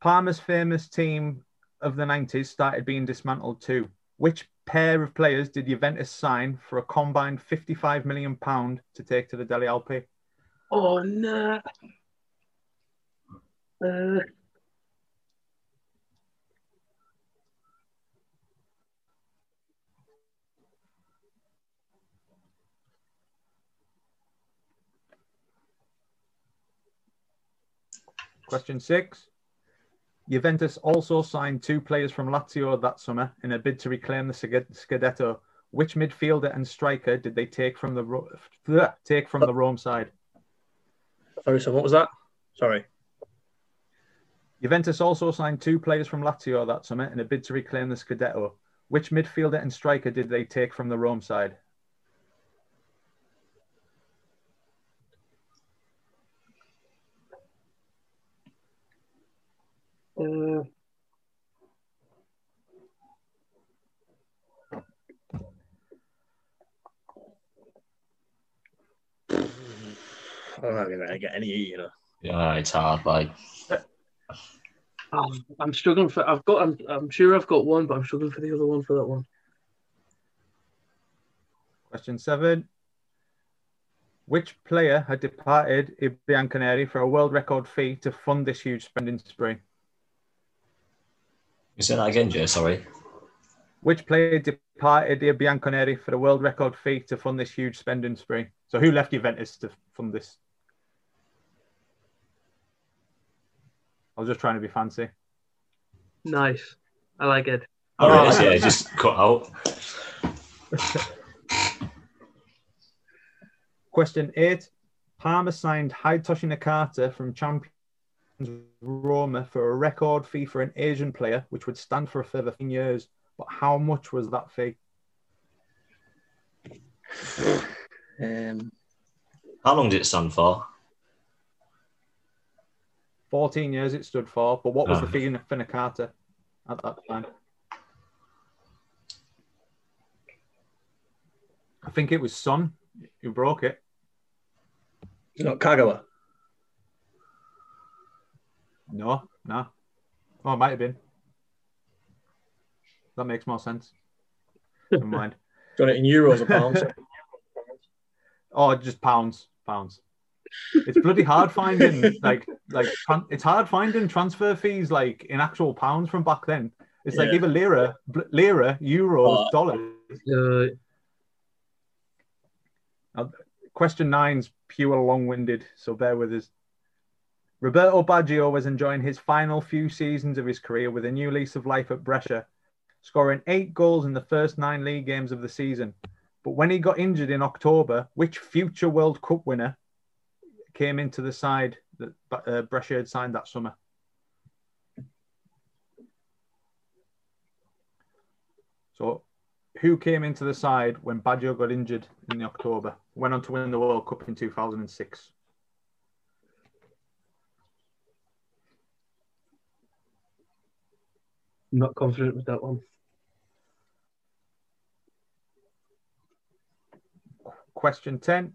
F: Palmer's famous team of the 90s started being dismantled too. Which pair of players did Juventus sign for a combined £55 million to take to the Delhi Alpi?
E: Oh no. Uh,
F: Question six. Juventus also signed two players from Lazio that summer in a bid to reclaim the Scud- Scudetto. Which midfielder and striker did they take from the Ro- bleh, take from the Rome side?
G: Sorry, so what was that? Sorry.
F: Juventus also signed two players from Lazio that summer in a bid to reclaim the Scudetto. Which midfielder and striker did they take from the Rome side?
E: uh,
G: I'm not going to get any, you know.
B: Yeah, it's hard. Like,
E: Um, I'm struggling for. I've got. I'm, I'm sure I've got one, but I'm struggling for the other one for that one.
F: Question seven. Which player had departed Ibian Canary for a world record fee to fund this huge spending spree?
B: you say that again, Joe? Sorry.
F: Which player departed the Bianconeri for a world record fee to fund this huge spending spree? So who left Juventus to fund this? I was just trying to be fancy.
E: Nice. I like it.
B: All right, yeah, just cut out.
F: Question eight. Parma signed Haitoshi Nakata from Champions Roma for a record fee for an Asian player, which would stand for a further 15 years. But how much was that fee?
G: Um,
B: How long did it stand for?
F: 14 years it stood for, but what was the
B: Ah.
F: fee for Nakata at that time? I think it was Son who broke it.
G: it's not Kagawa.
F: No, no. Oh, it might have been. That makes more sense. Never mind.
G: Got it in euros or pounds.
F: Oh, just pounds, pounds. It's bloody hard finding like like tran- it's hard finding transfer fees like in actual pounds from back then. It's like
G: Yeah.
F: either lira, bl- lira, euros,
G: Oh.
F: dollars.
E: Uh,
F: Question nine's pure long-winded, so bear with us. Roberto Baggio was enjoying his final few seasons of his career with a new lease of life at Brescia, scoring eight goals in the first nine league games of the season. But when he got injured in October, which future World Cup winner came into the side that uh, Brescia had signed that summer? So who came into the side when Baggio got injured in October, went on to win the World Cup in 2006.
E: I'm not confident with that one.
F: Question 10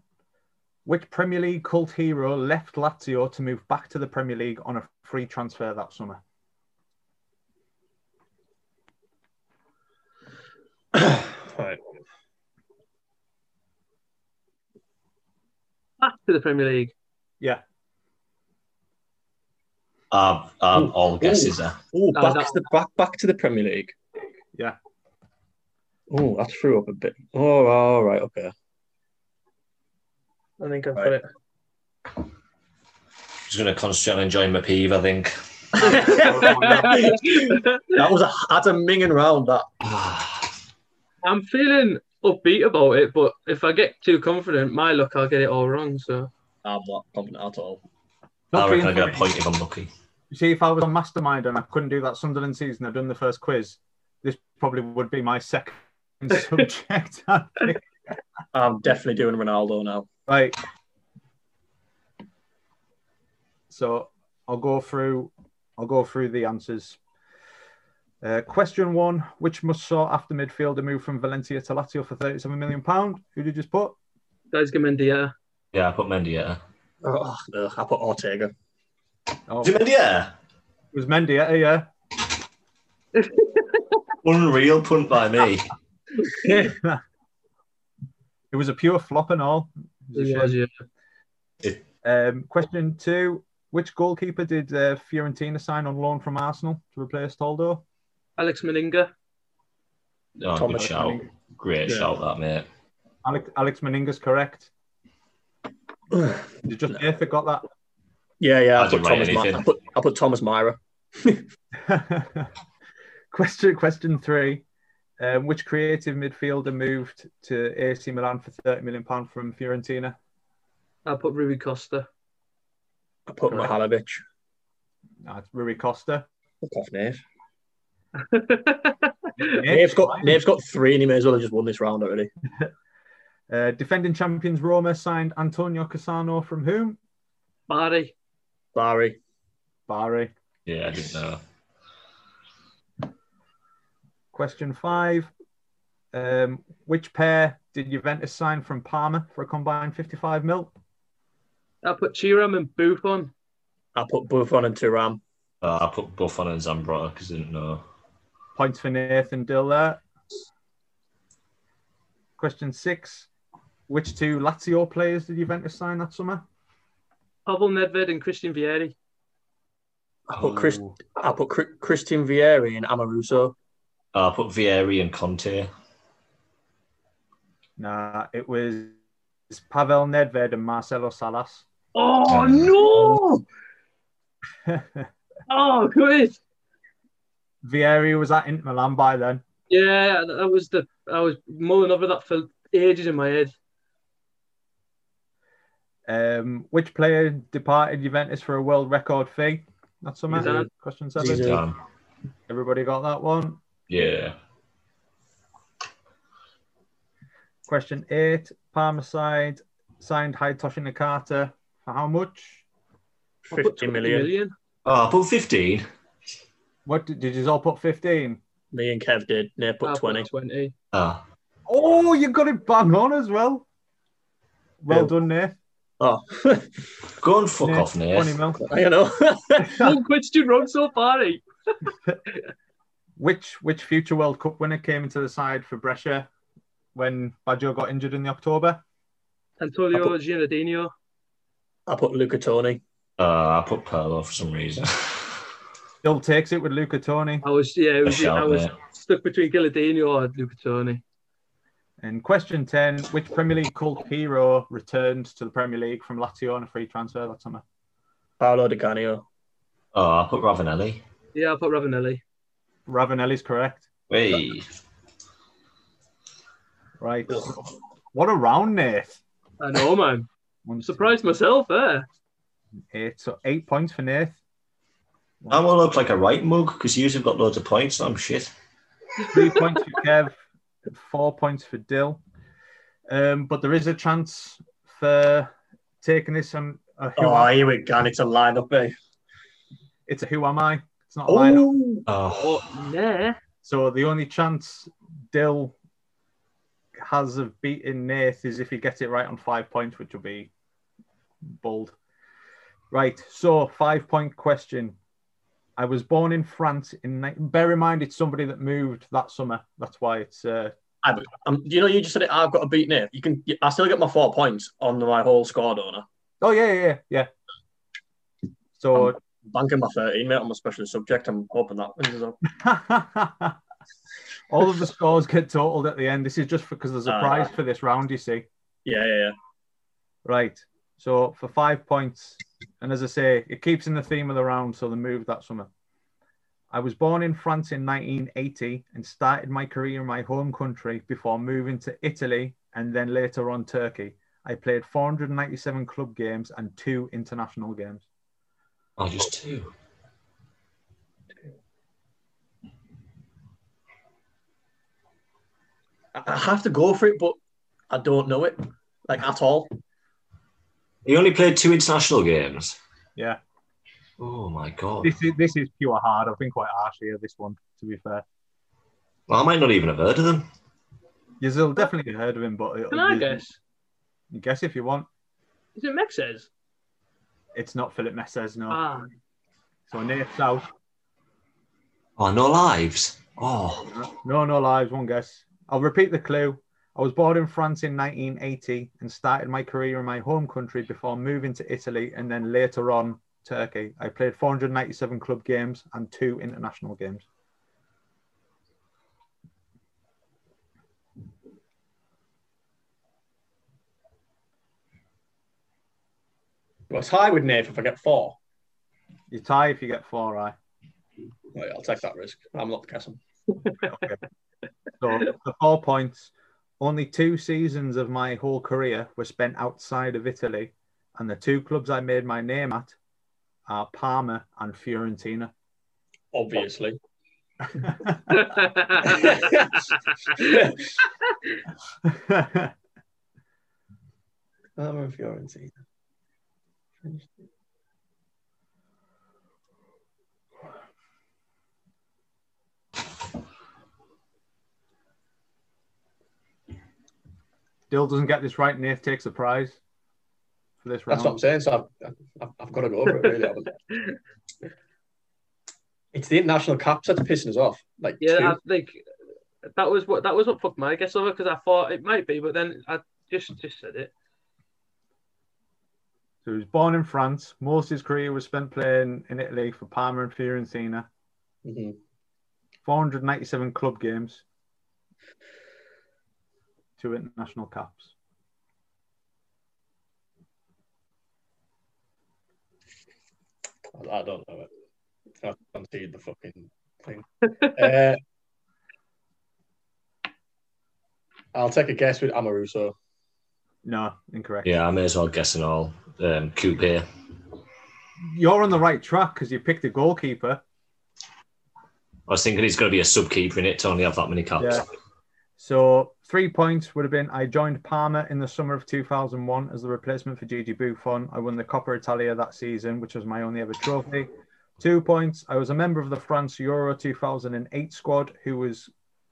F: Which Premier League cult hero left Lazio to move back to the Premier League on a free transfer that summer?
G: right.
E: Back to the Premier League.
F: Yeah,
B: Um, um, all guesses there.
G: Oh,
E: No,
G: back
E: that-
G: to the back back to the Premier League.
F: yeah.
G: Oh, that threw up a bit. Oh, all right, okay.
E: I think I've
G: got
E: it.
B: Just going to concentrate on enjoying my peeve, I think.
G: that was a that's a minging round. That
E: I'm feeling upbeat about it, but if I get too confident, my luck, I'll get it all wrong. So
G: I'm not confident at all.
F: Not
B: I reckon I
F: being
B: get a
F: funny.
B: point if I'm lucky.
F: You see, if I was on Mastermind and I couldn't do that Sunderland season, I've done the first quiz. This probably would be my second subject. I think.
G: I'm definitely doing Ronaldo now.
F: Right. So I'll go through. I'll go through the answers. Uh, question one: Which must sought after midfielder moved from Valencia to Lazio for thirty-seven million pound? Who did you just put?
E: guys, give Mendy.
B: Yeah, I put Mendieta.
G: Oh, ugh, I put Ortega.
F: Oh,
B: Is it
F: it
B: Mendieta?
F: was Mendy. Yeah, yeah.
B: Unreal punt by me.
F: It was a pure flop and all. It was a shame.
E: Yeah.
F: Um, question two: Which goalkeeper did uh, Fiorentina sign on loan from Arsenal to replace Toldo?
E: Alex Meninga.
B: Oh, good
G: Thomas
B: shout. Great
G: Yeah.
B: shout, that, mate.
F: Alex Alex Meninga's correct. Did you just Nathan got that?
G: yeah, yeah. I,
B: I
G: put
B: didn't write
G: Thomas. Mi-
B: anything.
G: I put I put Thomas Myra.
F: question question three um, which creative midfielder moved to AC Milan for 30 million pound from Fiorentina
E: I put Rui Costa.
G: I put
F: Correct.
G: Mihalovic.
F: no, it's Rui Costa
G: Fuck off, Nave.
F: Nate's
G: Nave's got
F: fine.
G: Nave's got three, and he may as well have just won this round already.
F: uh, defending champions Roma signed Antonio Cassano from whom
E: Barry.
G: Barry.
F: Bari
B: Yeah, I didn't know.
F: question five um, which pair did Juventus sign from Parma for a combined 55 mil
E: I put Chiram and Buffon.
G: I put Buffon and Turam.
B: Uh, I put Buffon and Zambrotta because I didn't know.
F: Points for Nathan Dill there. Question six. Which two Lazio players did Juventus sign that summer?
E: Pavel Nedved and Christian Vieri.
G: I put Chris. I put Cri- Christian Vieri and Amaruso.
B: Uh, I put Vieri and Conte.
F: Nah, it was Pavel Nedved and Marcelo Salas.
E: Oh no! Oh, good.
F: Vieri was at Inter Milan by then.
E: Yeah, that was the. I was mulling over that for ages in my head.
F: Um, which player departed Juventus for a world record fee? That summer.
E: Zidane.
F: Question seven.
G: Zidane.
B: Damn.
F: Everybody got that one.
B: Yeah.
F: Question eight. Parma side signed Hayatoshi Nakata for how much?
E: I put
G: 50
E: 20
G: million.
B: Oh, I put 15.
F: What did, did you all put? Fifteen.
G: Me and Kev did. Near
E: I
G: put 20.
E: 20.
B: Ah,
F: Oh, you got it bang on as well. Well
G: Yeah.
F: done, Nate.
G: Oh,
B: go and fuck
F: Nate,
B: off,
F: Twenty
B: Nate.
F: mil.
G: I don't know.
E: One question wrong so far. eh?
F: Which which future World Cup winner came into the side for Brescia when Baggio got injured in the October?
E: Antonio
G: I put-
E: Giannadino.
G: I put Luca Toni.
B: Uh, I put Perlo for some reason.
F: Still takes it with Luca Toni.
E: I was yeah, it
B: A
E: was, I
B: shout,
E: was
B: mate.
E: stuck between Gillardino and Luca Toni.
F: And question ten: Which Premier League cult hero returned to the Premier League from Lazio on a free transfer that summer?
G: Paolo Di Canio.
B: Oh, I put Ravenelli.
E: Yeah, I put Ravanelli.
F: Ravanelli's correct.
B: Wait.
F: Right. What a round, Nate.
E: I know, man.
F: One,
E: I'm surprised myself eh? there.
F: Eight, so eight points for Nate.
B: I'm all up like a right mug because you have got loads of points. I'm shit.
F: Three points for Kev. Four points for Dill. Um, but there is a chance for taking this. Um, a who
G: Oh,
F: am,
G: here we go. It's a lineup, eh?
F: it's a who am I? It's not a lineup.
G: Oh,
B: Oh,
E: What nah.
F: So the only chance Dill has of beating Nath is if he gets it right on five points, which will be bold. Right. So five point question. I was born in France in. ni- Bear in mind, it's somebody that moved that summer. That's why it's. Uh,
G: um, you know, you just said it. I've got to beat Nate. You can. I still get my four points on my whole score, don't I?
F: oh yeah, yeah, yeah, yeah. So
G: Banking my 13, mate, on my special subject. I'm hoping that wins us up.
F: all of the scores get totaled at the end. This is just because there's a
G: Ah.
F: prize for this round. You see.
G: Yeah, yeah, yeah.
F: Right. So for five points, and as I say, it keeps in the theme of the round, so the move that summer. I was born in France in 1980 and started my career in my home country before moving to Italy and then later on Turkey. I played 497 club games and two international games.
B: oh just two.
G: I- I have to go for it, but I don't know it like at all.
B: He only played two international games.
F: Yeah,
B: Oh my god.
F: this is this is pure hard. I've been quite harsh here. This one, to be fair,
B: Well, I might not even have heard of them.
F: you'll definitely heard of him, but it'll-
E: Can I
F: you-
E: guess?
F: you guess if you want.
E: Is it Mexes?
F: It's not Philip Messers, no.
E: Ah,
F: so Nate's out.
B: Oh, no lives. Oh,
F: No, no lives. One guess. I'll repeat the clue. I was born in France in 1980 and started my career in my home country before moving to Italy and then later on Turkey. I played 497 club games and two international games.
G: Well, tie with Nate if I get four.
F: You tie if you get four, right?
G: Right, I'll take that risk. I'm not guessing.
F: So the four points. Only two seasons of my whole career were spent outside of Italy, and the two clubs I made my name at are Parma and Fiorentina.
G: Obviously.
E: I
G: I'm a Fiorentina.
F: Dill doesn't get this right, Nath takes the prize for for this round.
D: That's what I'm saying. So I've, I've, I've got to go over it, really. haven't I? it's the international caps that's pissing us off. Like, two.
E: Yeah, I think that was what that was what fucked my guess over because I thought it might be, but then I just just said it.
F: So he was born in France. Most of his career was spent playing in Italy for Parma and Fiorentina.
D: Mhm.
F: 497 club games, two international caps.
D: I, I don't know it. I can't see the fucking thing. uh, I'll take a guess with Amaruso.
F: No, incorrect.
B: Yeah, I may as well guess it all. Um, Coupe here.
F: You're on the right track because you picked a goalkeeper.
B: I was thinking he's going to be a sub keeper in it to only have that many caps.
F: Yeah. So three points would have been I joined Parma in the summer of 2001 as the replacement for Gigi Buffon. I won the Coppa Italia that season, which was my only ever trophy. Two points. I was a member of the France Euro 2008 squad, who was,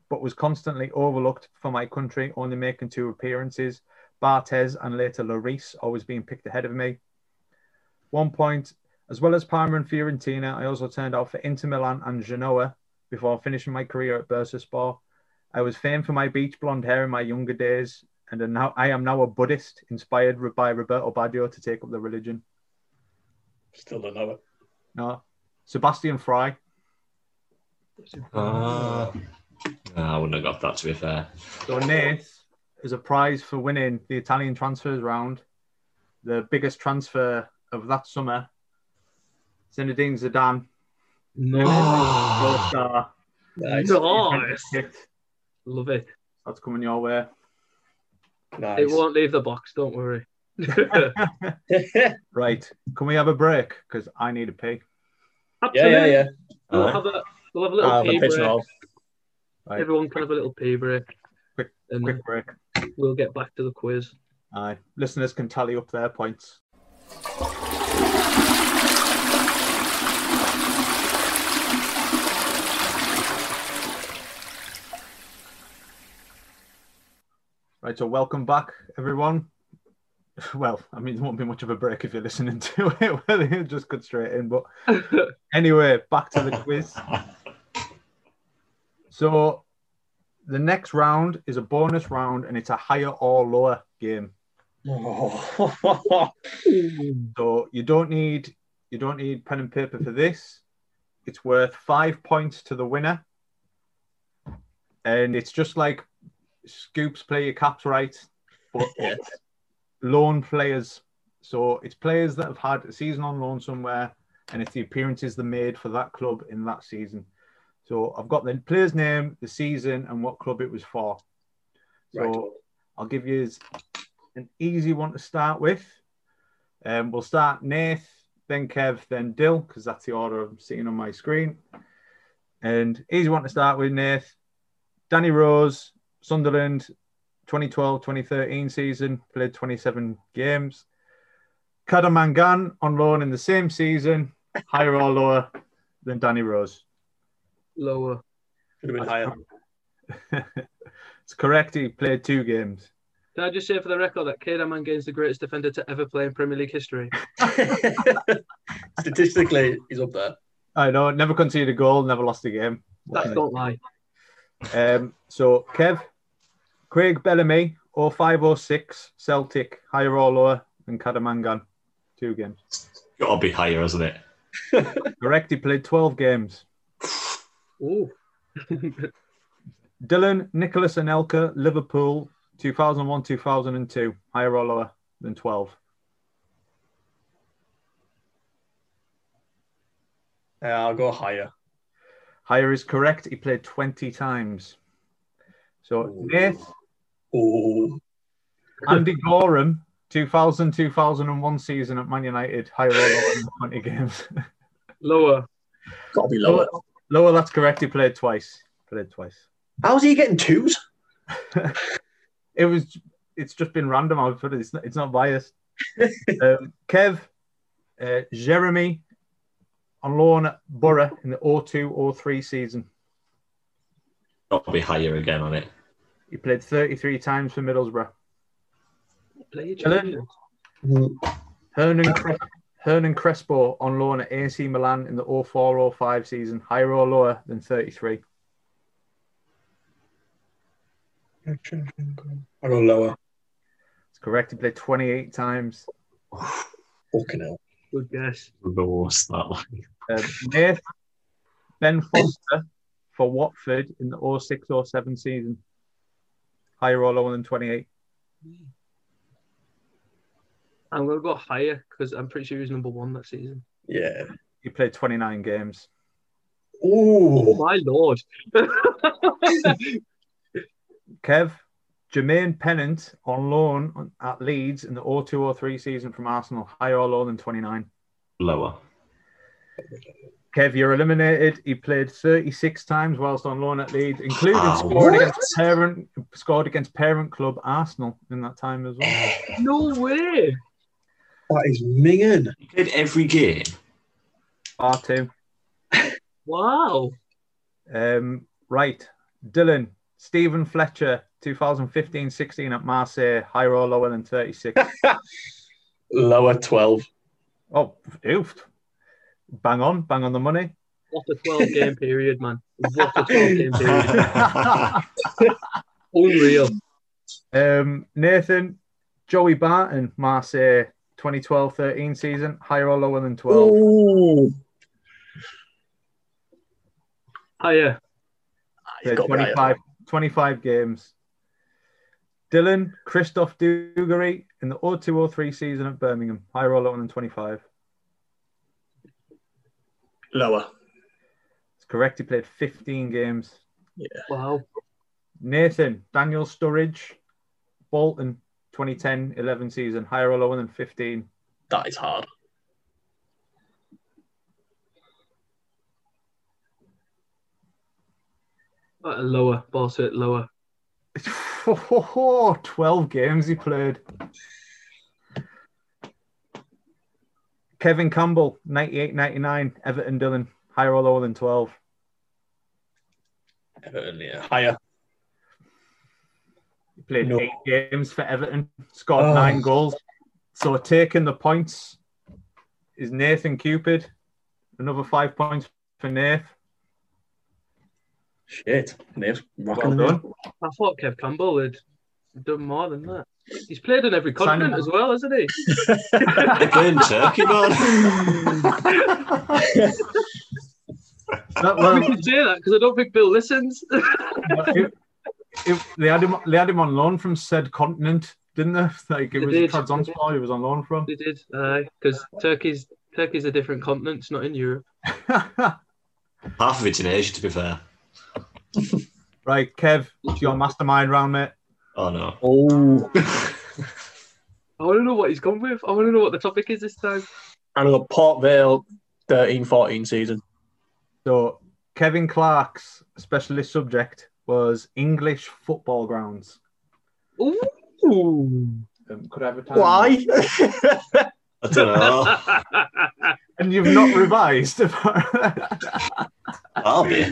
F: but was constantly overlooked for my country, only making two appearances. Barthez and later Lloris always being picked ahead of me. One point. As well as Parma and Fiorentina, I also turned out for Inter Milan and Genoa before finishing my career at Bursaspor. I was famed for my beach blonde hair in my younger days, and am now I am now a Buddhist, inspired by Roberto Baggio to take up the religion.
D: Still don't know it.
F: No, Sebastian Fry.
B: Ah. Ah, I wouldn't have got that to be fair.
F: So Nate is a prize for winning the Italian transfers round, the biggest transfer of that summer. Zinedine Zidane,
B: Ah,
F: goal star.
D: Nice.
E: Nice.
F: Hit.
E: Love it.
F: That's coming your way.
D: Nice.
E: It won't leave the box, don't worry. Absolutely.
F: Right. Can we have a break? Because I need a pee.
D: yeah, yeah, yeah.
E: We'll
B: Alright.
E: have a, we'll have a little
G: Ah,
E: pee
G: the pitch
E: break.
G: and all.
F: Right.
E: Everyone can have a little pee break.
F: Quick-
E: and
F: Quick break.
E: we'll get back to the quiz.
F: Aye. Listeners can tally up their points. Right, so welcome back, everyone. Well, I mean, there won't be much of a break if you're listening to it. Well, you just cut straight in. But anyway, back to the quiz. So the next round is a bonus round, and it's a higher or lower game.
G: Oh.
F: So you don't need you don't need pen and paper for this. It's worth five points to the winner, and it's just like scoops play your caps right, but it's loan players. So it's players that have had a season on loan somewhere, and it's the appearances they made for that club in that season. So I've got the player's name, the season, and what club it was for. So
D: Right.
F: I'll give you an easy one to start with. Um, we'll start Nath, then Kev, then Dill, because that's the order I'm seeing on my screen. And easy one to start with, Nath. Danny Rose, Sunderland, 2012 2013 season, played 27 games. Kader Mangan on loan in the same season, higher or lower than Danny Rose.
E: Lower.
D: Could have been higher.
F: it's correct, he played two games.
E: Can I just say for the record that Kader Mangane's the greatest defender to ever play in Premier League history?
D: Statistically, he's up there.
F: I know, never conceded a goal, never lost a game.
E: That's not lie.
F: Um, so, Kev, Craig Bellamy, 0506 Celtic, higher or lower than Kadamangan. Two games.
B: Got to be higher, hasn't it?
F: Correct, he played 12 games.
E: Ooh.
F: Dylan, Nicholas, and Elka, Liverpool, 2001 2002, higher or lower than 12.
D: Uh, I'll go higher.
F: Higher is correct, he played 20 times. So,
D: Ooh.
F: Nath,
D: Oh,
F: Andy Gorham, 2000 2001 season at Man United, higher or lower than 20 games.
E: Lower.
D: gotta be lower.
F: lower, that's correct, he played twice. Played twice.
D: How's he getting twos?
F: it was it's just been random i've put it it's not, it's not biased um, kev uh, jeremy on loan at borough in the 02-03 season
B: Got to be higher again on it.
F: he played 33 times for middlesbrough
E: Play your
F: Dylan?
E: champions.
F: Hernan, Cres- Hernan Crespo on loan at AC Milan in the 04-05 season, higher or lower than 33?
D: I go lower.
F: It's correct. He played 28 times.
D: Fucking hell.
E: Good guess.
B: The worst that line.
F: Um, eighth, ben Foster for Watford in the 06-07 season, higher or lower than 28?
E: I'm going to go higher because I'm pretty sure he was number one that season.
D: Yeah.
F: He played 29 games.
D: Ooh.
E: Oh, my lord.
F: Kev, Jermaine Pennant on loan on- at Leeds in the 02-03 season from Arsenal, higher or lower than 29?
B: Lower.
F: Kev, you're eliminated. He played 36 times whilst on loan at Leeds, including
B: Ah,
F: scored
B: what?
F: against parent scored against parent club Arsenal in that time as
B: Eh.
F: well.
E: no way.
D: That is minging.
B: He played every game.
F: Bar two.
E: Wow.
F: Um, right, Dylan, Stephen Fletcher, 2015-16 at Marseille, higher or lower than 36.
D: Lower 12.
F: oh, oof. Bang on, bang on the money.
E: What a 12 game period, man. What a 12 game period.
B: Lower.
E: Unreal.
F: Um, Nathan, Joey Barton, Marseille, 2012-13 season, higher or lower than 12.
D: Ooh.
E: Higher.
F: Played
G: got me
F: 25, 25 games. Dylan, Christoph Dugarry in the 0203 season at Birmingham, higher or lower than 25.
G: Lower.
F: It's correct. He played 15 games.
E: Wow.
F: Nathan, Daniel Sturridge, Bolton, 2010 11 season, higher or lower than 15.
G: That is hard.
E: Uh, Lower. Ball to it, lower.
F: 12 games he played. Kevin Campbell, 98 99, Everton Dylan, higher or lower than 12.
D: Everton, yeah. Higher.
F: played
D: No.
F: eight games for Everton, scored
D: Oh.
F: nine goals. So taking the points is Nathan Cupid. Another five points for Nath.
D: Shit. Name's
F: Well
D: rocking
F: done.
E: I thought Kev Campbell had done more than that. He's played on every
F: Simon-
E: continent as well, hasn't he?
B: Again, Turkey, man.
F: That-
E: We
F: well,
E: can say that because I don't think Bill listens.
F: it- it- they, had him, they had him on loan from said continent, didn't they? Like it
E: They
F: was
E: did.
F: Trabzonspor he was on loan from.
E: They did, because Turkey's Turkey's a different continent. It's not in Europe.
B: Half of it's in Asia, to be fair.
F: right, Kev, it's your mastermind round, mate.
B: Oh, no.
D: Oh.
E: I want to know what he's gone with. I want to know what the topic is this time.
G: And look, Port Vale 13 14 season.
F: So Kevin Clark's specialist subject was English football grounds.
E: Ooh.
F: Um, could I have a time?
G: Why?
B: I don't know.
F: And you've not revised.
B: I'll be.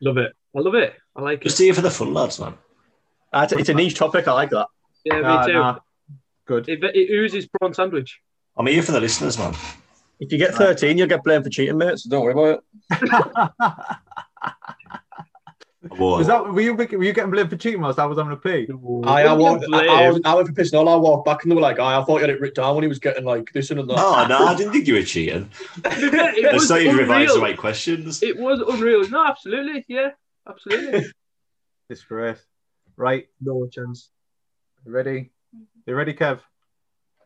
E: love it. I love it. I like it.
B: Just here for the fun, lads, man.
G: That's- it's a niche topic. I like that.
E: Yeah, me
F: Nah,
E: too.
F: nah. Good.
E: It, it oozes prawn sandwich.
B: I'm here for the listeners, man.
G: If you get 13, you'll get blamed for cheating, mate. So don't worry about it.
B: Whoa.
F: Was that were you were you getting blamed for cheating whilst I was having a pee?
D: I, I, walked, I, I, was,
E: Blamed.
D: I went for pissing all. I walked back and they were like, "Aye, I thought you had it written down when he was getting like this and that.
B: Oh, no, I didn't think you were cheating.
E: it
B: It's
E: was
B: not even revised the
E: unreal.
B: right questions.
E: It was unreal. No, absolutely. Yeah, absolutely.
F: Disgrace. Right,
E: no chance.
F: ready? You ready, Kev?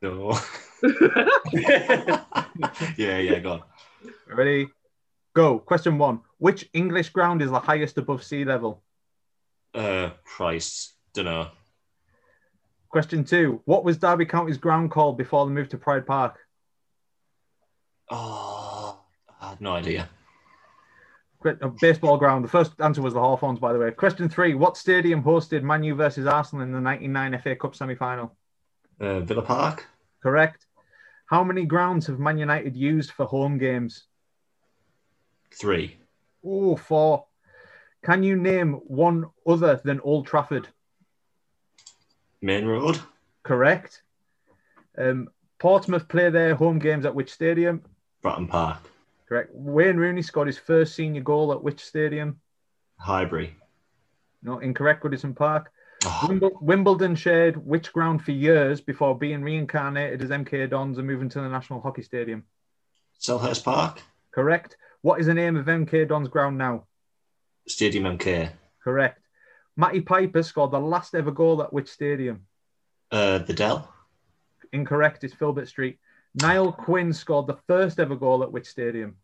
B: No. yeah, yeah, go on.
F: Ready? Go. Question one. Which English ground is the highest above sea level?
B: Uh, Christ, don't know.
F: Question two. What was Derby County's ground called before the move to Pride Park?
B: Oh, I had no idea.
F: Que- uh, Baseball ground. The first answer was the Hawthorns, by the way. Question three. What stadium hosted Man U versus Arsenal in the 99 FA Cup semi final?
B: Uh, Villa Park,
F: Correct. How many grounds have Man United used for home games?
B: three.
F: Oh, four. Can you name one other than Old Trafford?
B: Main Road,
F: Correct. Um, Portsmouth play their home games at which stadium?
B: Bratton Park,
F: Correct. Wayne Rooney scored his first senior goal at which stadium?
B: Highbury.
F: No, incorrect. Goodison Park.
B: Oh,
F: Wimble- Wimbledon shared which ground for years before being reincarnated as MK Dons and moving to the National Hockey Stadium?
B: Selhurst Park,
F: Correct. What is the name of MK Dons ground now?
B: Stadium MK,
F: Correct. Matty Piper scored the last ever goal at which stadium?
B: uh, the Dell,
F: Incorrect. It's Filbert Street. Niall Quinn scored the first ever goal at which stadium?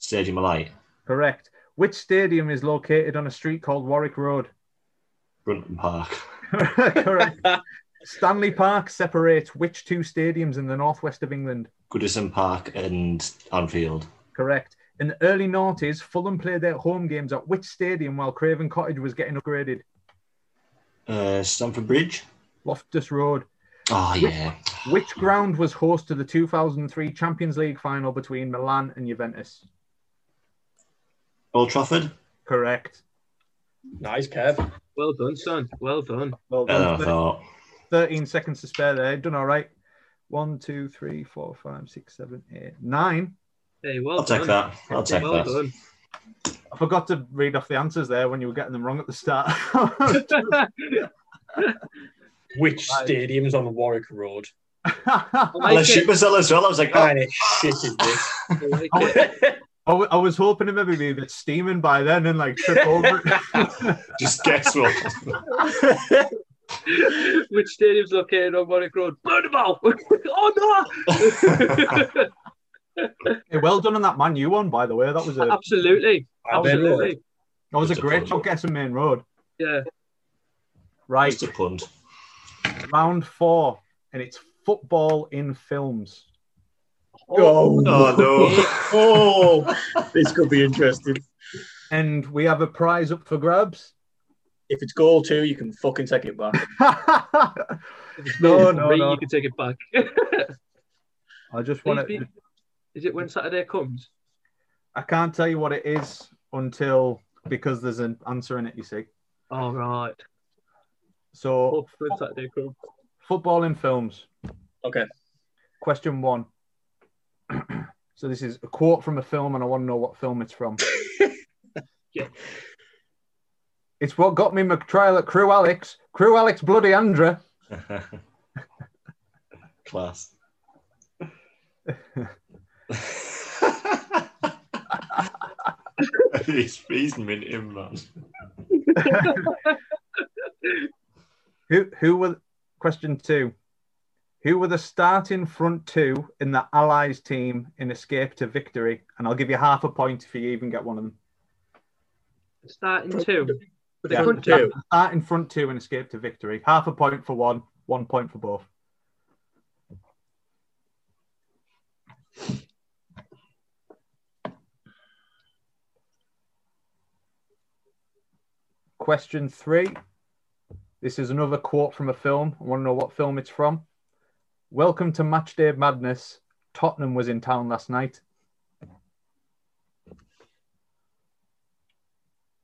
B: Stadium Alight,
F: Correct. Which stadium is located on a street called Warwick Road?
B: Brunton Park,
F: Correct. Stanley Park separates which two stadiums in the northwest of England?
B: Goodison Park, and Anfield.
F: Correct. In the early noughties, Fulham played their home games at which stadium while Craven Cottage was getting upgraded?
B: Uh, Stamford Bridge.
F: Loftus Road.
B: Oh yeah,
F: Which ground was host to the 2003 Champions League final between Milan and Juventus?
B: Old Trafford. Uh,
F: Correct.
D: Nice, Kev.
E: Well done, son. Well done.
F: Well
B: Better
F: done.
B: than I thought.
F: 13 seconds to spare there. Done all right. One, two, three, four, five, six, seven, eight, nine.
E: Hey, well
B: I'll
E: done.
B: take that. I'll take
E: well
B: that.
F: I forgot to read off the answers there when you were getting them wrong at the start.
E: done.
D: Which
F: Right.
D: stadium's on Warwick Road?
F: I,
E: I
B: And I
E: like
B: shit
E: it.
B: myself as well. I was like, oh,
D: Kind of shit is this?
E: I like
F: I
E: it.
F: w- I was hoping to maybe be a bit steaming by then and like trip over.
B: just guess what?
E: Which stadium's located on Warwick Road? Burnable! oh
B: Oh,
E: no!
F: Hey, well done on that Man U one, by the way. That was a
E: Absolutely.
D: I bet
E: Absolutely.
F: that was a
B: Just a
F: great
B: fun
F: job
B: one.
F: guessing main road.
E: Yeah.
F: Right,
B: Just a punt.
F: round four, and it's football in films.
G: Oh,
B: Oh no.
G: Oh, this could be interesting.
F: And we have a prize up for grabs.
G: If it's goal two, you can fucking take it back.
E: Maybe
F: no, no, no.
E: You can take it back.
F: I just
E: Please
F: want
E: be-
F: to.
E: Is it when Saturday comes?
F: I can't tell you what it is until because there's an answer in it. You see.
E: All right.
F: So
E: Oh, when Saturday comes.
F: football in films.
G: Okay.
F: Question one. so this is a quote from a film, and I want to know what film it's from.
E: Yeah.
F: It's what got me my trial at Crew Alex. Crew Alex Bloody Andra.
B: Class. he's, he's minting, man.
F: Who who were question two? Who were the starting front two in the Allies team in escape to victory? And I'll give you half a point if you even get one of them.
E: Starting two.
G: But
F: Yeah.
G: yeah. two.
F: Starting front two in escape to victory. Half a point for one, one point for both. Question three. This is another quote from a film. I want to know what film it's from. Welcome to Matchday Madness. Tottenham was in town last night.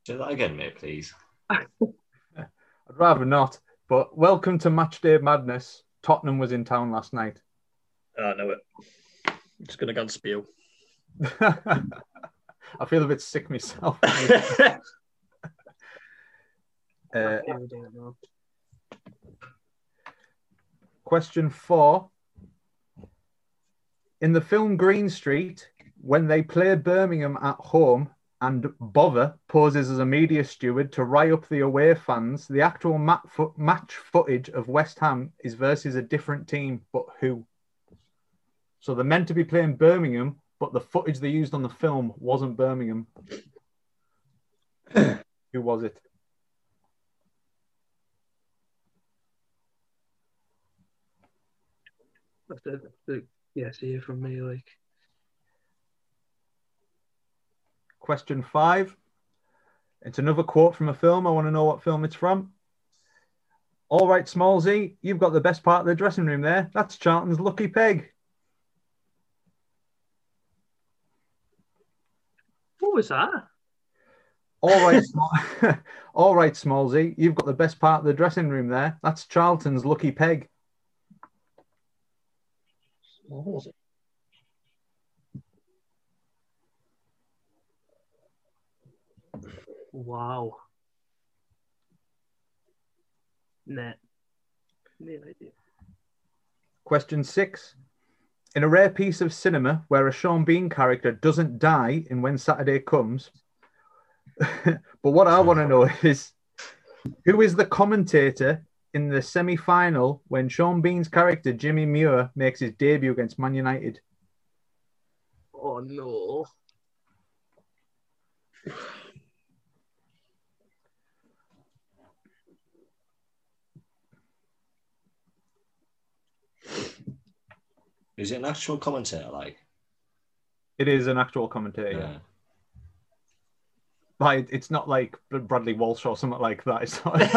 B: Do that again, mate, please.
F: I'd rather not, but welcome to Matchday Madness. Tottenham was in town last night.
G: Oh, I know it. I'm just gonna go and spew.
F: I feel a bit sick myself. Uh, question four. In the film Green Street, when they play Birmingham at home and Bother poses as a media steward to rile up the away fans, the actual mat fo- match footage of West Ham is versus a different team, but who? So they're meant to be playing Birmingham, but the footage they used on the film wasn't Birmingham. who was it?
E: That's it. Look, Yeah, see you from me. Like,
F: Question five. It's another quote from a film. I want to know what film it's from. All right, Smallsy, you've got the best part of the dressing room there. That's Charlton's lucky peg.
E: what was that?
F: All right, Small- all right, Smallsy, you've got the best part of the dressing room there. That's Charlton's lucky peg.
D: What was it?
E: Wow. Nah. Neat idea.
F: Question six. In a rare piece of cinema where a Sean Bean character doesn't die in When Saturday Comes, but what I want to know is who is the commentator in the semi final when Sean Bean's character Jimmy Muir makes his debut against Man United?
E: Oh no.
B: Is it an actual commentator? Like,
F: It is an actual commentator.
B: yeah.
F: Like, it's not like Bradley Walsh or something like that. It's not like-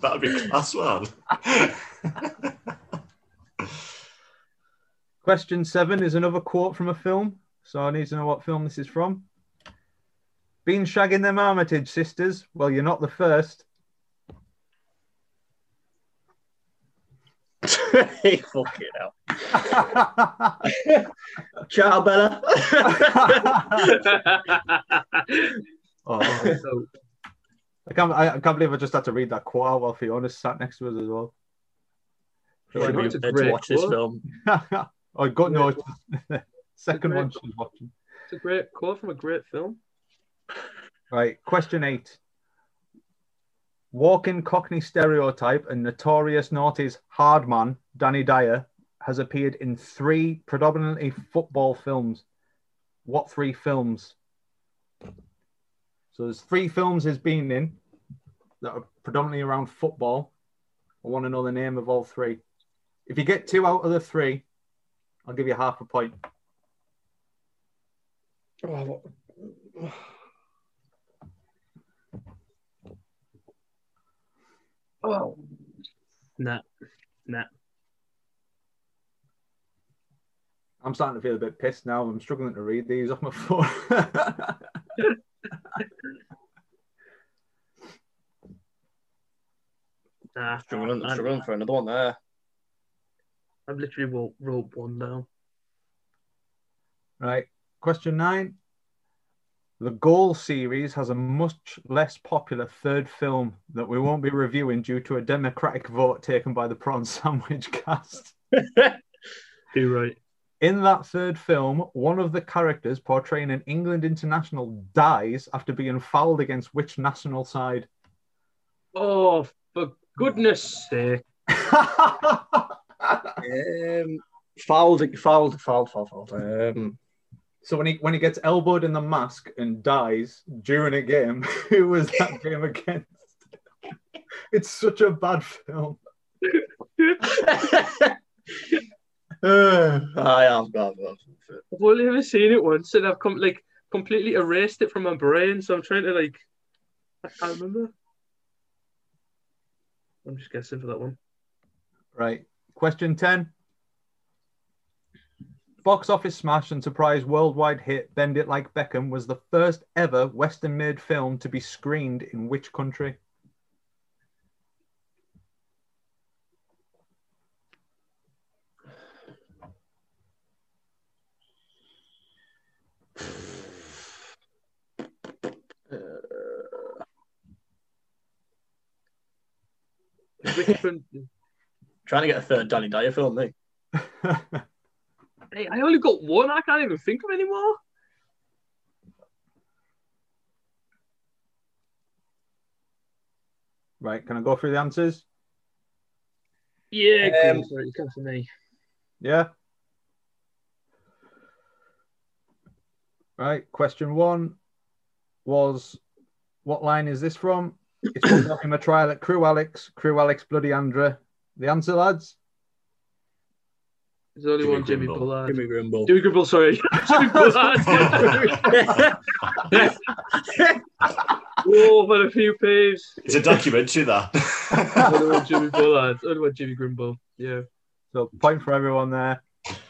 B: that would be class one.
F: Question seven is another quote from a film, so I need to know what film this is from. Been shagging them Armitage sisters? Well, you're not the first.
G: hey, fucking hell.
F: That's
G: Ciao, Bella.
F: Oh,
E: so,
F: I can't, I, I can't believe I just had to read that quote out while Fiona's sat next to us as well.
G: You should
E: no,
G: be
E: it's a
G: prepared
E: great
G: to watch this
E: quote.
G: film.
F: I got no second one
E: Great.
F: she's watching.
E: it's a great quote from a great film.
F: Right, question eight. Walking Cockney stereotype and notorious noughties hard man, Danny Dyer, has appeared in three predominantly football films. What three films? So there's three films he's been in that are predominantly around football. I want to know the name of all three. If you get two out of the three, I'll give you half a point.
D: Oh, what?
E: Oh. Nah. Nah.
F: I'm starting to feel a bit pissed now. I'm struggling to read these off my phone.
E: Nah.
G: Struggling,
E: I-
G: struggling for another one there.
E: I've literally wrote, wrote one down.
F: Right. Question nine. The Goal series has a much less popular third film that we won't be reviewing due to a democratic vote taken by the Prawn Sandwich cast.
E: Do right.
F: In that third film, one of the characters portraying an England international dies after being fouled against which national side?
E: Oh, for goodness sake.
G: Um, fouled, fouled, fouled, fouled, fouled. Um,
F: so when he when he gets elbowed in the mask and dies during a game, who was that game against? It's such a bad film.
G: uh, I have got
E: I've only ever seen it once and I've com- like completely erased it from my brain. So I'm trying to like, I can't remember. I'm just guessing for that one.
F: Right. Question 10. Box office smash and surprise worldwide hit Bend It Like Beckham was the first ever Western made film to be screened in which country?
E: Which one-
G: Trying to get a third Danny Dyer film, me.
E: Hey, I only got one. I can't even think of anymore.
F: right. Can I go through the answers?
E: Yeah,
G: Um,
E: cool. Sorry, it comes to me.
F: Yeah. Right. Question one was what line is this from? It's from Malcolm, a trial at Crew Alex, Crew Alex, Bloody Andra. The answer, lads?
E: There's only
B: Jimmy
E: one Jimmy
B: Grimble.
E: Bullard.
G: Jimmy Grimble.
E: Jimmy Grimble, sorry. Jimmy Bullard. oh, but a few paves.
B: It's a documentary, that.
E: Only one Jimmy Bullard. Only one Jimmy Grimble. Yeah.
F: So point for everyone there.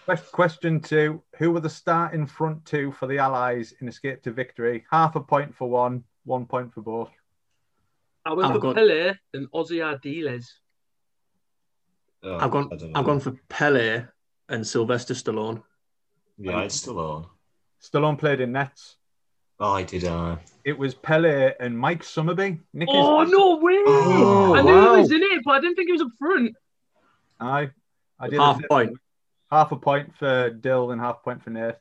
F: Quest- Question two: Who were the starting front two for the Allies in Escape to Victory? Half a point for one, one point for both.
E: I went
G: I've
E: for
G: got-
E: Pele and Ozzy Ardiles.
B: Oh,
G: I've gone.
B: I don't know.
G: I've gone for Pele and Sylvester Stallone.
B: Yeah, it's still on.
F: Stallone played in Nets.
B: Oh, I did. Uh,
F: It was Pele and Mike Summerby. Nick is-
E: Oh no way!
B: Oh,
E: I knew
G: wow.
E: he was in it, but I didn't think he was up front.
F: Aye. I did
G: Half
F: a,
G: point.
F: half a point for Dill and half a point for Nath.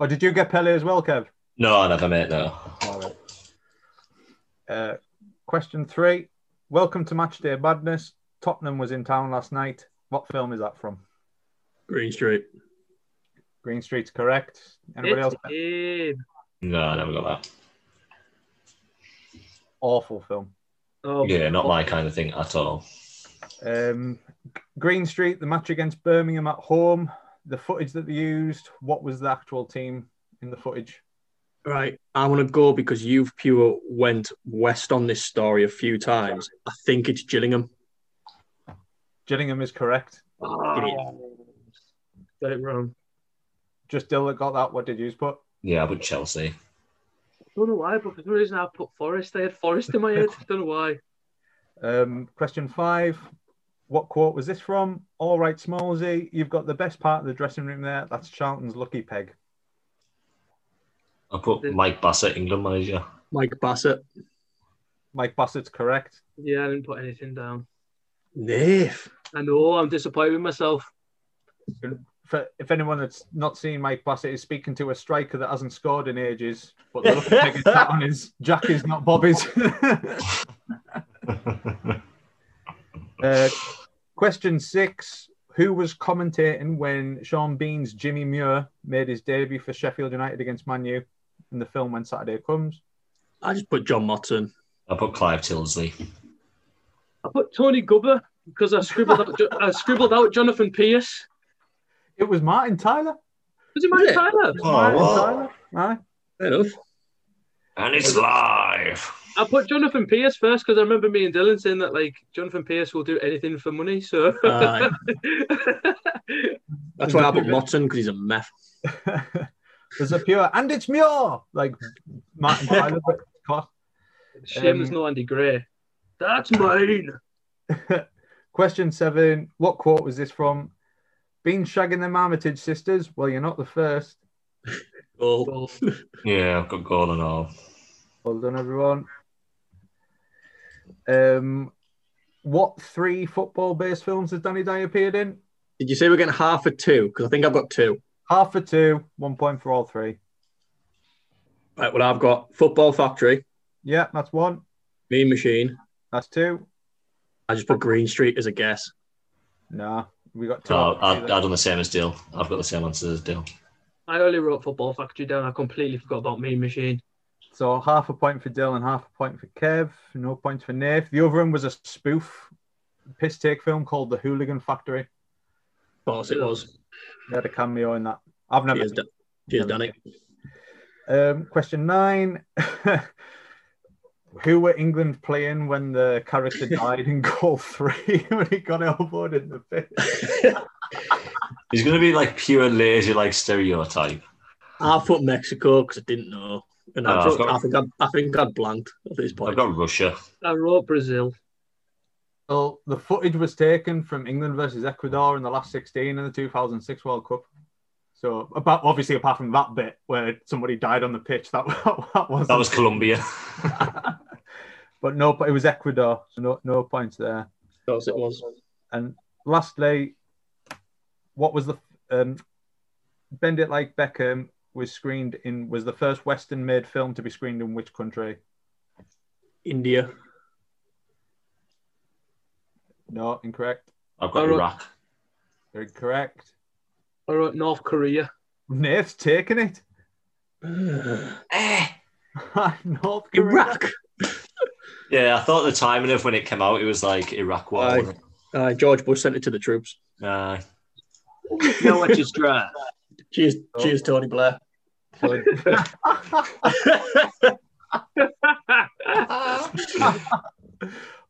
F: Oh, did you get Pele as well, Kev?
B: no, I never met. No.
F: Uh, question three. Welcome to Matchday Madness. Tottenham was in town last night. What film is that from?
G: Green Street.
F: Green Street's correct. Anybody else?
E: It is.
B: No, I never got that.
F: Awful film.
E: Oh,
B: Yeah, not my kind of thing at all.
F: Um, Green Street, the match against Birmingham at home. The footage that they used. What was the actual team in the footage?
G: Right. I want to go because you've pure went west on this story a few times. I think it's Gillingham.
F: Gillingham is correct.
E: Ah. Got it wrong.
F: Just Dill that got that. What did you put?
B: Yeah, I went Chelsea.
E: I don't know why, but for some reason I put Forest. I had Forest in my head. don't know why.
F: Um, question five. What quote was this from? All right, Smallsy, you've got the best part of the dressing room there. That's Charlton's lucky peg.
B: I put Mike Bassett, England manager.
G: Mike Bassett.
F: Mike Bassett's correct.
E: Yeah, I didn't put anything down.
G: Nath.
E: I know. I'm disappointed with myself.
F: For, if anyone that's not seen Mike Bassett is speaking to a striker that hasn't scored in ages, but the lucky peg is sat on his jacket, not Bobby's. uh, question six. Who was commentating when Sean Bean's Jimmy Muir made his debut for Sheffield United against Man U in the film When Saturday Comes?
G: I just put John Motton.
B: I put Clive Tilsley.
E: I put Tony Gubber because I scribbled out. I scribbled out Jonathan Pierce.
F: It was Martin Tyler.
E: Was it Mike
G: Yeah.
E: Tyler?
B: Oh,
F: Martin
B: wow.
F: Tyler. Aye.
G: Fair enough.
B: And it's live.
E: I put Jonathan Pierce first because I remember me and Dylan saying that like Jonathan Pierce will do anything for money. So
G: Aye. That's why I put Motton because he's a meth.
F: There's a pure, and it's Muir, like Martin Tyler. but it's not.
E: shame there's no Andy Gray. That's mine.
F: Question seven. What quote was this from? Been shagging the Marmitage sisters? Well, you're not the first.
G: Goal.
E: Well,
B: Yeah, I've got goal and all.
F: Well done, everyone. Um, what three football-based films has Danny Day appeared in?
G: Did you say we're getting half a two? Because I think I've got two.
F: Half for two, one point for all three.
G: Right. Well, I've got Football Factory,
F: Yeah, that's one.
G: Mean Machine.
F: That's two.
G: I just put Green Street as a guess.
F: Nah, we got two.
B: No, I've, I've done the same as Dill. I've got the same answer as Dill.
E: I only wrote Football Factory down. I completely forgot about Mean Machine.
F: So half a point for Dill and half a point for Kev. No points for Nath. The other one was a spoof piss take film called The Hooligan Factory.
G: Of course, it was.
F: They had a cameo in that. I've never.
G: Cheers,
F: seen
G: Dan- cheers Danny.
F: it. Um, question nine. Who were England playing when the character died in goal three when he got elbowed in the pit?
B: He's going to be like pure lazy, like stereotype.
G: I put Mexico because I didn't know. And I,
B: Oh,
G: put-
B: I've got-
G: I think I'd, I think I'd blanked at this
B: I've
G: point.
B: got Russia.
E: I wrote Brazil.
F: Well, the footage was taken from England versus Ecuador in the last 16 in the 2006 World Cup. So, about obviously, apart from that bit where somebody died on the pitch, that, that was
B: That was Colombia.
F: but no, it was Ecuador, so no, no points there.
G: Of course, it was.
F: And lastly, what was the um, Bend It Like Beckham was screened in was the first Western-made film to be screened in which country?
G: India.
F: No, incorrect.
B: I've got
E: Alright.
B: Iraq.
F: Very correct.
E: I wrote North Korea.
F: Nate's taking it. North Korea.
G: Iraq.
B: Yeah, I thought the timing of when it came out, it was like Iraq War.
G: Aye.
B: wasn't it?
G: Uh, George Bush sent it to the troops.
B: Nah.
E: No, what is dry.
G: Cheers, cheers, Tony Blair.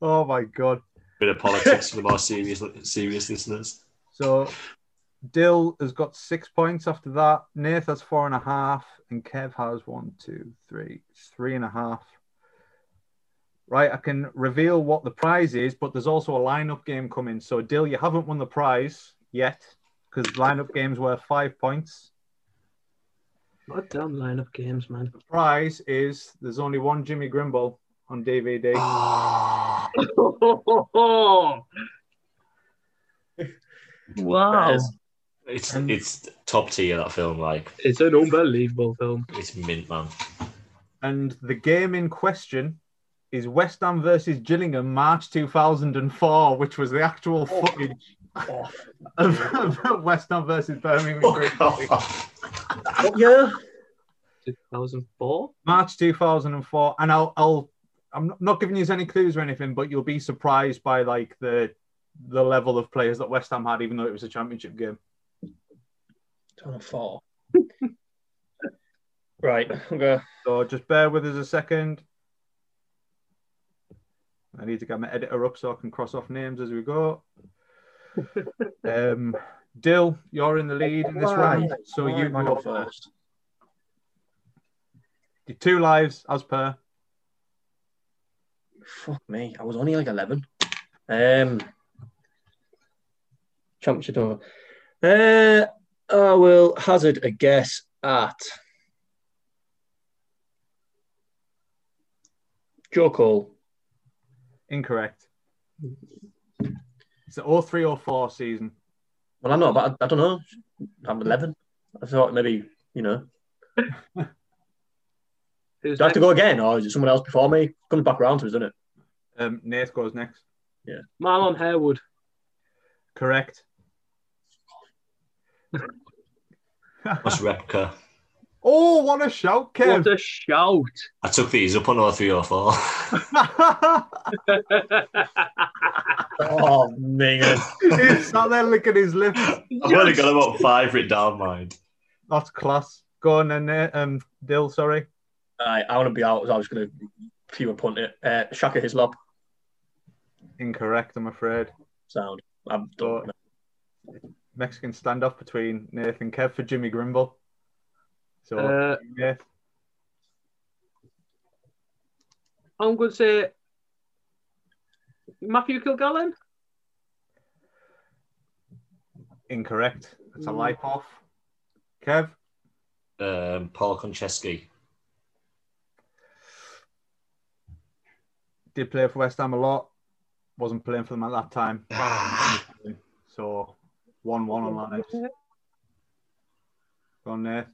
F: oh my god.
B: Bit of politics for the more serious, serious listeners.
F: So Dill has got six points after that. Nath has four and a half, and Kev has one, two, three, three and a half. right? I can reveal what the prize is, but there's also a lineup game coming. So, Dill, you haven't won the prize yet because lineup game's worth five points.
E: Goddamn lineup games, man.
F: The prize is there's only one Jimmy Grimble on DVD.
E: wow.
B: Yes. It's it's top tier that film. Like
E: It's an unbelievable film.
B: it's mint, man.
F: And the game in question is West Ham versus Gillingham, March 2004, which was the actual footage of, of West Ham versus Birmingham.
B: Oh,
F: Oh, Great Britain.
G: What year?
E: 2004?
F: March 2004, and I'll, I'll, I'm not- not giving you any clues or anything, but you'll be surprised by like the, the level of players that West Ham had, even though it was a championship game.
G: 2004. right. I'm gonna,
F: So just bear with us a second. I need to get my editor up so I can cross off names as we go. um, Dill, you're in the lead in this round, so you
G: I
F: go first. Your two lives as per.
G: Fuck me. I was only like 11. Um, championship over. Uh, I will hazard a guess at Joe Cole.
F: Incorrect. It's the 03 or 04 season.
G: Well, I know, but I, I don't know. I'm 11. I thought maybe, you know.
E: Who's
G: Do I have to
E: next?
G: go again, or is it someone else before me? Comes back around to us, doesn't it?
F: Um, Nate goes next.
E: Marlon Harewood.
F: Correct.
B: That's Repka.
F: oh, what a shout,
E: What
F: Kev!
E: a shout.
B: I took these up on all three or four.
G: Oh, man.
F: He's sat there licking his lips.
B: I've only got about five written down, mind.
F: That's class. Go on then, Nate. Um, Dill, sorry.
G: I, I want to be out. so I was going to pure punt it. Uh, Shaka Hislop.
F: Incorrect, I'm afraid.
G: Sound. I'm
F: So,
G: done.
F: Mexican standoff between Nathan and Kev for Jimmy Grimble. So,
E: Uh,
F: Nath,
E: I'm going to say Matthew Kilgallen.
F: incorrect. It's a life off. Kev,
B: Um, Paul Konchesky.
F: did play for West Ham a lot. Wasn't playing for them at that time. So, 1 1 on that. Go on, Nath.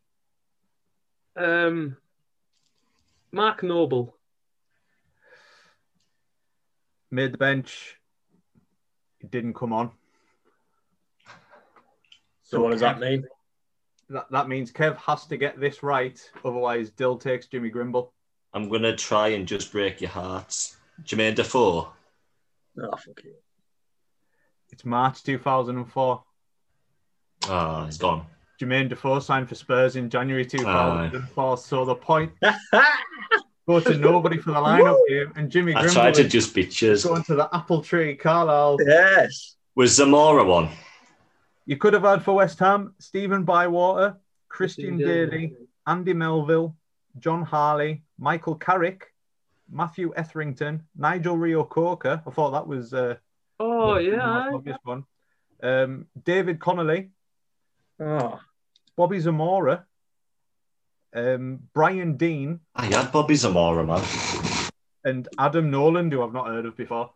E: Um, Mark Noble.
F: Made the bench. It didn't come on.
G: So what does that mean?
F: That, that means Kev has to get this right. Otherwise, Dill takes Jimmy Grimble.
B: I'm gonna try and just break your hearts. Jermaine Defoe.
G: Oh, fuck you.
F: It's March 2004.
B: Ah, he's gone.
F: Jermaine Defoe signed for Spurs in January 2004. So the point go to nobody for the lineup game, and Jimmy
B: I tried to
F: Grimble
B: just
F: is
B: bitches.
F: going to the apple tree, Carlisle.
G: yes.
B: Was Zamora one?
F: You could have had for West Ham Stephen Bywater, Christian Daly, Andy Melville, John Harley, Michael Carrick, Matthew Etherington, Nigel Rio Coker. I thought that was uh,
E: Oh,
F: the
E: yeah.
F: most
E: aye.
F: obvious one. Um, David Connolly,
G: Oh,
F: Bobby Zamora, um, Brian Dean.
B: I had Bobby Zamora, man.
F: and Adam Nolan, who I've not heard of before.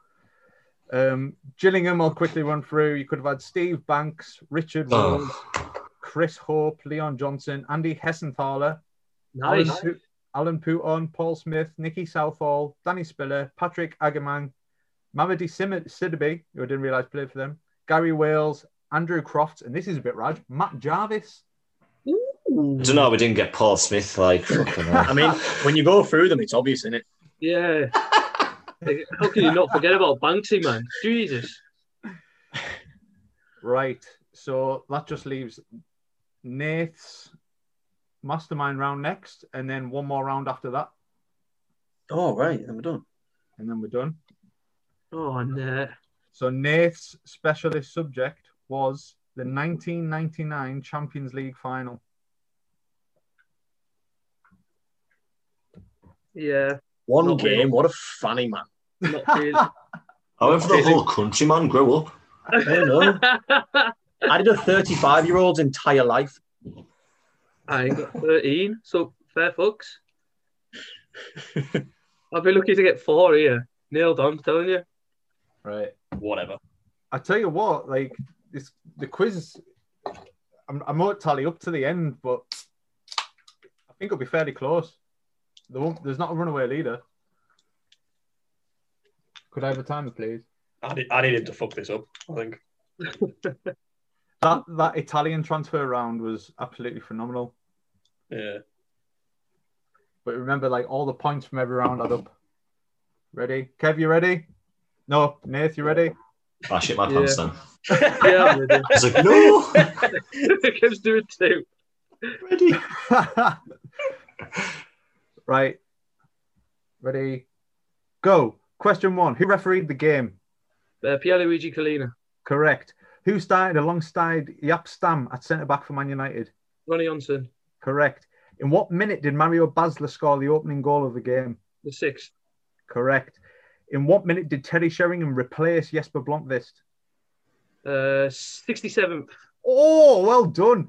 F: Um, Gillingham, I'll quickly run through. You could have had Steve Banks, Richard
B: Oh.
F: Rose, Chris Hope, Leon Johnson, Andy Hessenthaler,
E: Nice.
F: Alan, Pu- Alan Pouton, Paul Smith, Nicky Southall, Danny Spiller, Patrick Agamang, Mamadi Sim- Sidibe, who I didn't realise played for them, Gary Wales, Andrew Croft, and this is a bit rad, Matt Jarvis.
B: I don't know. We didn't get Paul Smith. Like, fucking hell.
G: I mean, when you go through them, it's obvious, isn't it?
E: Yeah. How can you not forget about Banksy, man? Jesus.
F: Right. So that just leaves Nate's mastermind round next, and then one more round after that,
G: Oh, right. Then we're done.
F: and then we're done.
E: Oh, no.
F: So Nate's specialist subject was the 1999 Champions League final.
E: Yeah.
G: One
E: Not
G: game. What a funny man.
E: Not really.
B: However, the whole country man grow up.
G: I don't know. I did a 35 year old's entire life.
E: I ain't got 13, so fair fucks. I'll be lucky to get four here. Nailed on, I'm telling you.
F: Right.
G: Whatever.
F: I tell you what, like this, the quiz. I'm, I won't tally up to the end, but I think it'll be fairly close. There won't, there's not a runaway leader. Could I have a timer, please?
D: I need, I need him to fuck this up. I think.
F: That that Italian transfer round was absolutely phenomenal.
D: Yeah.
F: But remember, like all the points from every round add up. Ready, Kev? You ready? No, Nath, you ready?
B: I Ah, shit my pants then.
E: Yeah, I'm ready.
B: I was like, no,
E: Kevin's doing two.
B: ready.
F: right. Ready? Go. Question one Who refereed the game?
E: Uh, Pierluigi Colina,
F: Correct. Who started alongside Yap Stam at centre back for Man United?
E: Ronnie Johnson,
F: Correct. In what minute did Mario Basler score the opening goal of the game?
E: the sixth,
F: Correct. In what minute did Terry Sheringham replace Jesper Blomqvist?
E: uh, 67th,
F: Oh, well done.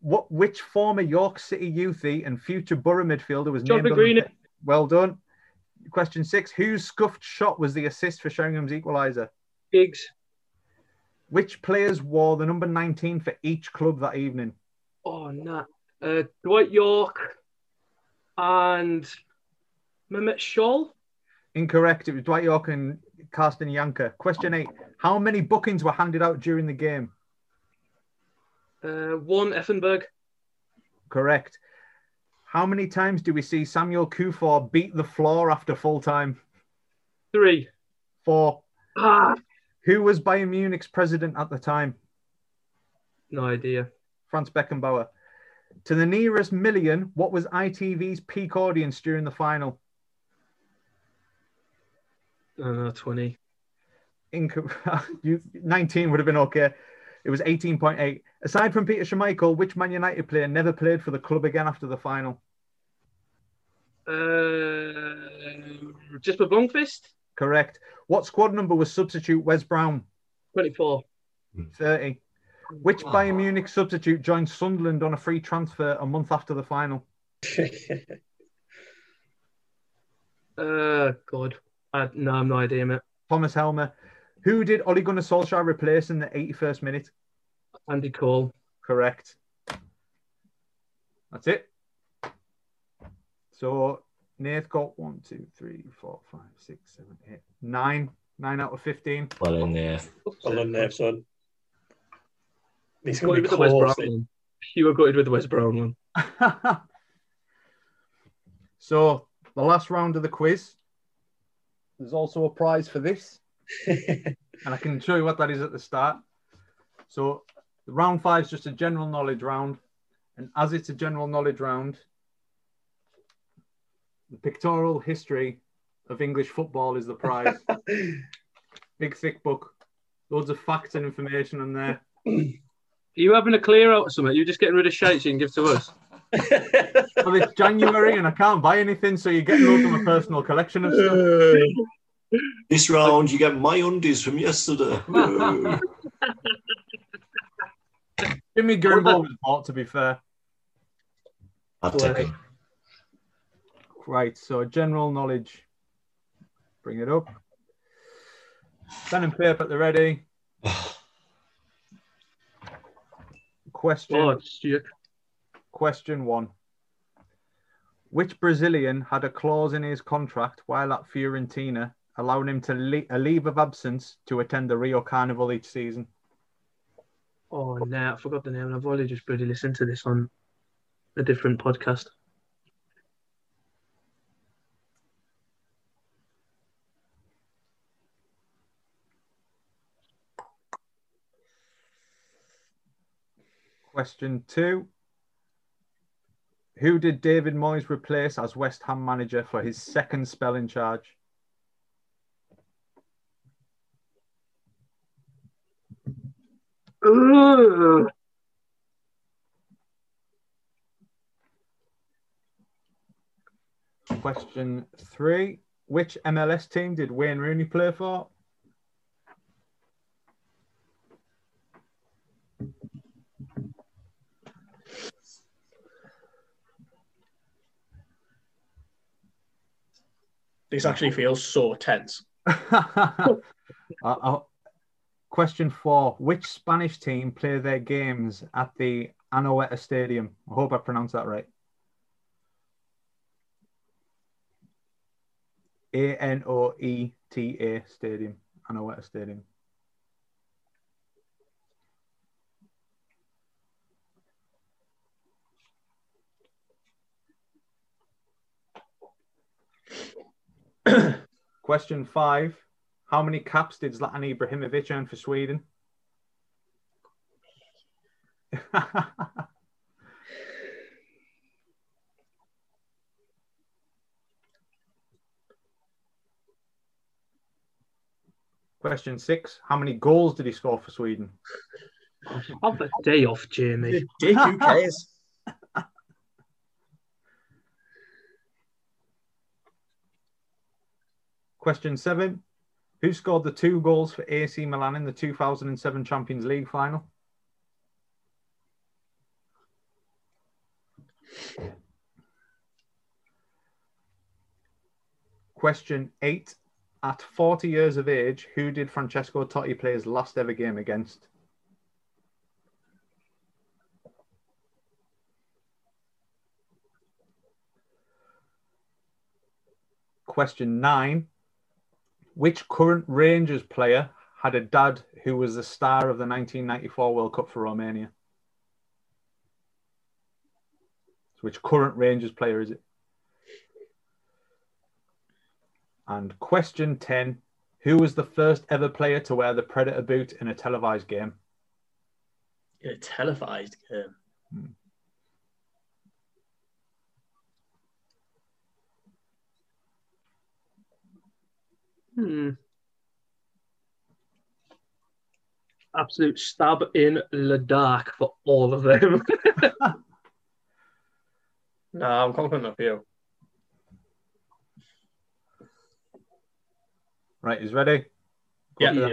F: What? Which former York City youthie and future Borough midfielder was
E: John
F: named? on the-
E: McGreen.
F: Well done. Question six: Whose scuffed shot was the assist for Sheringham's equaliser?
E: Giggs.
F: Which players wore the number 19 for each club that evening?
E: Oh, nah. Uh, Dwight York and Mehmet Scholl.
F: Incorrect. It was Dwight York and Carsten Yanker. Question eight: How many bookings were handed out during the game?
E: Uh, one Effenberg.
F: Correct. How many times do we see Samuel Kufor beat the floor after full time?
E: Three.
F: Four.
E: Ah,
F: Who was Bayern Munich's president at the time?
E: no idea.
F: Franz Beckenbauer. To the nearest million, what was ITV's peak audience during the final?
E: Oh, no, 20.
F: Inco- you, 19 would have been okay. It was 18.8. Aside from Peter Schmeichel, which Man United player never played for the club again after the final?
E: Uh, just for Blomqvist?
F: Correct. What squad number was substitute Wes Brown?
E: 24.
F: 30. Which Bayern Munich substitute joined Sunderland on a free transfer a month after the final?
E: Uh, God. I, no, I'm no idea, mate.
F: Thomas Helmer. Who did Ole Gunnar Solskjaer replace in the 81st minute?
E: Andy Cole.
F: Correct. That's it. So Nath got one, two, three, four, five, six, seven, eight, nine. Nine out of fifteen.
B: Well in there.
D: Well done there, son. He's going to
E: Gutted
D: be
E: with the West Brown
D: close.
E: one. You were gutted with the West Brown one.
F: so the last round of the quiz. There's also a prize for this. and I can show you what that is at the start. So round five is just a general knowledge round, and as it's a general knowledge round, the pictorial history of English football is the prize. Big thick book, loads of facts and information in there.
E: Are you having a clear out or something? You're just getting rid of shite you can give to us.
F: Well, it's January and I can't buy anything, so you get loads of my personal collection of stuff.
B: This round, you get my undies from yesterday. Woo.
F: Jimmy Grimble was bought, to be fair.
B: I'd take him.
F: Right, so general knowledge. Bring it up. Pen and paper at the ready. Question
E: Oh, shit.
F: question one. Which Brazilian had a clause in his contract while at Fiorentina allowing him to le- a leave of absence to attend the Rio Carnival each season?
E: Oh, no, I forgot the name. and I've only just really listened to this on a different podcast.
F: Question two. Who did David Moyes replace as West Ham manager for his second spell in charge?
E: Ugh.
F: Question three Which MLS team did Wayne Rooney play for?
G: This actually feels so tense.
F: uh, uh, question four Which Spanish team play their games at the Anoeta Stadium? I hope I pronounced that right. A N O E T A Stadium, Anoeta Stadium. Question five How many caps did Zlatan Ibrahimovic earn for Sweden? Question six How many goals did he score for Sweden?
E: Have a day off, Jamie.
G: Dick, who cares?
F: Question seven Who scored the two goals for AC Milan in the 2007 Champions League final? Question eight At 40 years of age, who did Francesco Totti play his last ever game against? Question nine Which current Rangers player had a dad who was the star of the 1994 World Cup for Romania? So which current Rangers player is it? And question 10 Who was the first ever player to wear the Predator boot in a televised game?
G: In a televised game.
E: Hmm. Absolute stab in the dark for all of them.
G: No, I'm confident of you.
F: Right, is ready?
G: Yeah.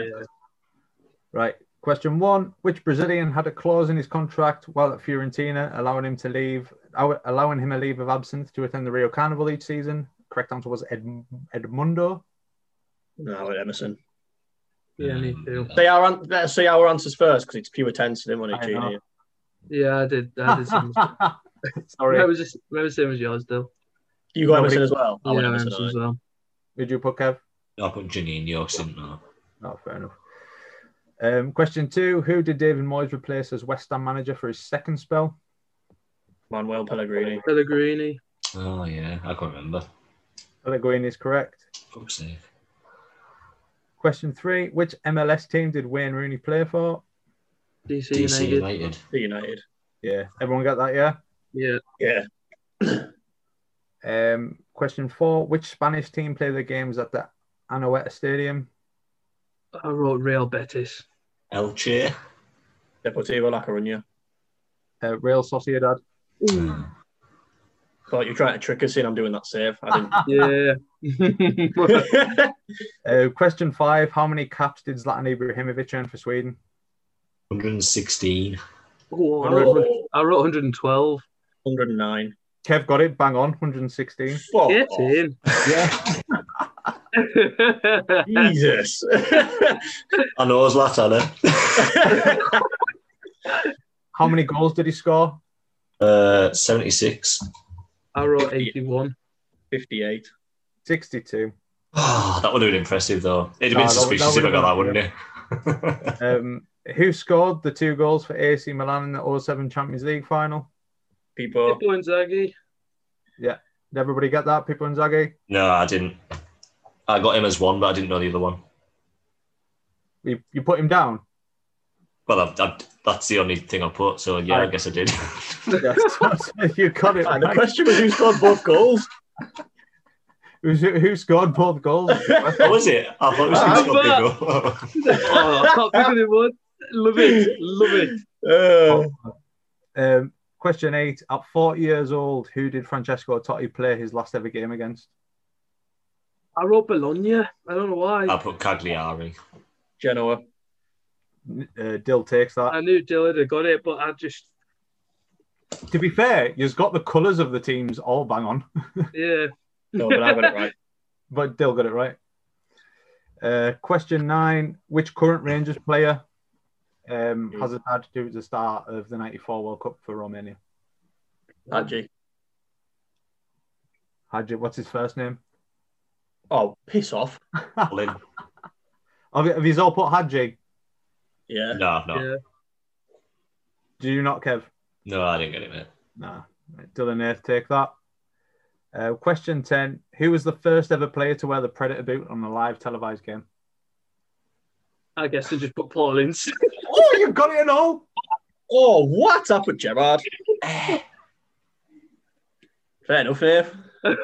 F: Right. Question one: Which Brazilian had a clause in his contract while at Fiorentina allowing him to leave, allow- allowing him a leave of absence to attend the Rio Carnival each season? Correct answer was Ed, Edmundo.
G: No, Emerson.
E: yeah, me too.
G: Say our, an- let's say our answers first because it's pure tense, didn't want it,
F: I
G: Junior?
F: know.
E: Yeah, I did. I did. some- I
F: Sorry,
E: was just, I was same as yours, though.
G: You got
F: Nobody-
G: Emerson as well. Oh, I
E: yeah,
G: went
E: I
G: Emerson,
E: Oh, was as
G: aye.
E: well.
F: did you put Kev?
B: No, I put Janine in now.
F: Oh, fair enough. Um, question two: Who did David Moyes replace as West Ham manager for his second spell?
G: Manuel Pellegrini.
E: Pellegrini.
B: Oh, yeah, I can't remember.
F: Pellegrini is correct.
B: Fuck's sake.
F: Question three: Which MLS team did Wayne Rooney play for?
E: DC,
B: DC
E: United.
B: United.
G: The United.
F: Yeah, everyone got that, yeah.
E: Yeah.
G: Yeah.
F: Um, question four: Which Spanish team play their games at the Anoeta Stadium?
E: I wrote Real Betis.
B: Elche.
G: Deportivo La Coruña.
F: Uh, Real Sociedad.
G: Thought you were trying to trick us in. I'm doing that save. I
E: Yeah.
G: didn't.
F: Uh, question five: How many caps did Zlatan Ibrahimovic earn for Sweden?
B: 116.
E: Oh, I, wrote, I wrote 112.
G: 109.
F: Kev got it, bang on, 116.
G: Fuck
E: Get
G: off.
E: in.
G: Jesus.
B: I know it's Latana.
F: How many goals did he score?
B: uh, 76.
E: I wrote 81.
G: 58.
F: Sixty-two.
B: Oh, that would have been impressive, though. It'd have been
F: No, that would-
B: suspicious if
F: that
B: I got that,
F: would
B: wouldn't it?
F: Um, who scored the two goals for AC Milan in the 07 Champions League final?
G: People.
E: People Inzaghi.
F: Did everybody get that? Pippo Inzaghi.
B: no, I didn't. I got him as one, but I didn't know the other one.
F: You, you put him down.
B: Well, I, I, that's the only thing I put, so yeah, I,
F: I-
B: guess I did.
F: Yes, you got it.
G: And the
F: Right.
G: question was who scored both goals?
F: Who's, who scored both goals?
B: oh, was it? I thought it
E: Ah,
B: was going to be
E: Oh, I can't think of the one. Love it. Love it.
G: Oh.
F: Um, question eight: At 40 years old, who did Francesco Totti play his last ever game against?
E: I wrote Bologna. I don't know why.
B: I put Cagliari.
G: Genoa.
F: Uh, Dill takes
E: I
F: that.
E: knew Dillard had got it, but I just
F: To be fair, you've got the colours of the teams all bang on,
E: yeah.
G: No, but I got it right.
F: but Dill got it right. Uh, question nine Which current Rangers player um, has a had to do with the start of the 94 World Cup for Romania? Oh.
G: Hadji.
F: Hadji, what's his first name?
G: Oh, piss off.
B: Lynn.
F: Have, have you all put Hadji?
G: Yeah.
B: No, no.
E: Yeah.
F: Do you not, Kev?
B: No, I didn't get it, mate.
F: Nah. Right, Dylan Earth, take that. Uh, question 10 Who was the first ever player to wear the Predator boot on a live televised game?
E: I guess they just put Paul in.
F: Oh, you've got it and all.
G: Oh, what? I put Gerard. Fair enough, Dave.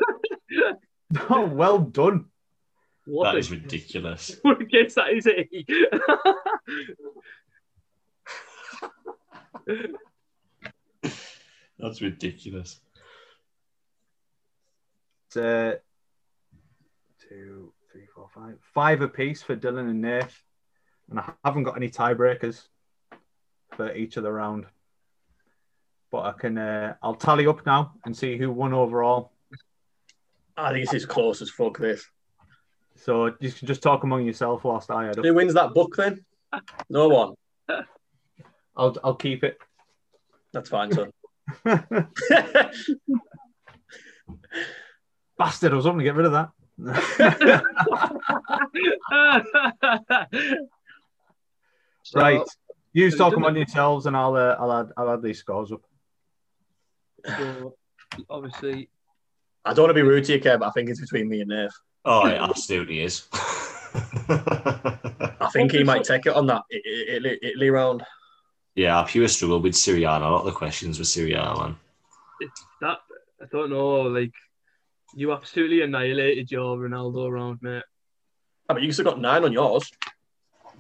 F: Oh, well done.
E: what
B: that
E: the-
B: is ridiculous.
E: What guess that is eh? it?
B: That's ridiculous.
F: It's, uh, two, three, four, five. Five apiece for Dylan and Nath. And I haven't got any tiebreakers for each of the round. But I can, uh, I'll tally up now and see who won overall.
G: I think this is close as fuck, this.
F: So you can just talk among yourself whilst I add up.
G: Who wins that book then? No one.
F: I'll, I'll keep it.
G: That's fine, son.
F: Bastard, I was hoping to get rid of that.
E: So,
F: right. You
E: so
F: talk
E: Dylan-
F: among yourselves and I'll, uh, I'll, add, I'll add these scores up.
E: so, obviously,
G: I don't want to be rude to you, Kev, but I think it's between me and Dave.
B: Oh, it absolutely is.
G: I think he might take it on that I- I- Italy, Italy round.
B: yeah, our pure struggle with Siriano. A lot of the questions were Siriano, man.
E: that I don't know. Like, you absolutely annihilated your Ronaldo round, mate.
G: Ah, but you still got nine on yours.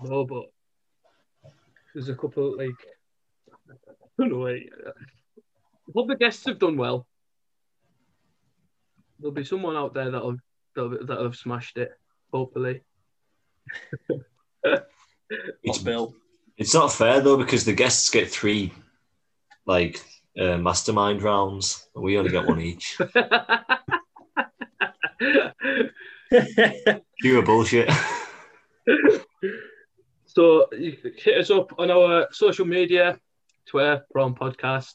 E: No, but there's a couple like I don't know. Like, hope the guests have done well. There'll be someone out there that'll that'll, that'll have smashed it. Hopefully,
B: It's,
G: What, Bill?
B: it's not fair, though, because the guests get three, like, uh, mastermind rounds. and We only get one each. Pure bullshit.
E: so you can hit us up on our social media, Twitter, Prawn Podcast,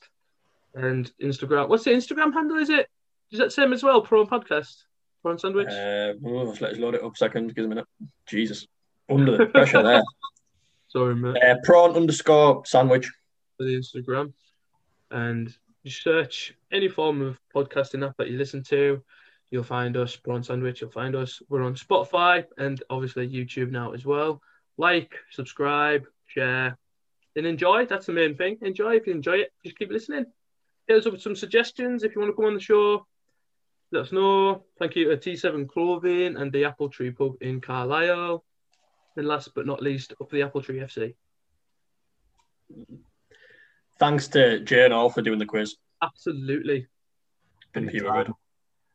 E: and Instagram. What's the Instagram handle? Is it? Is that same as well? Prawn Podcast, Prawn Sandwich.
G: Uh, oh, let's let's load it up a second. Give us a minute. Jesus. Under the pressure there.
E: Sorry, mate.
G: Uh, prawn underscore sandwich.
E: for the Instagram and you search any form of podcasting app that you listen to. You'll find us, Prawn Sandwich. You'll find us. We're on Spotify and obviously YouTube now as well. Like, subscribe, share, and enjoy. That's the main thing. Enjoy. If you enjoy it, just keep listening. Hit us up with some suggestions if you want to come on the show. Let us know. Thank you to T7 Clothing and the Apple Tree Pub in Carlisle. And last but not least, up the Apple Tree FC.
G: Thanks to Jane All for doing the quiz.
E: Absolutely.
G: Been pure good.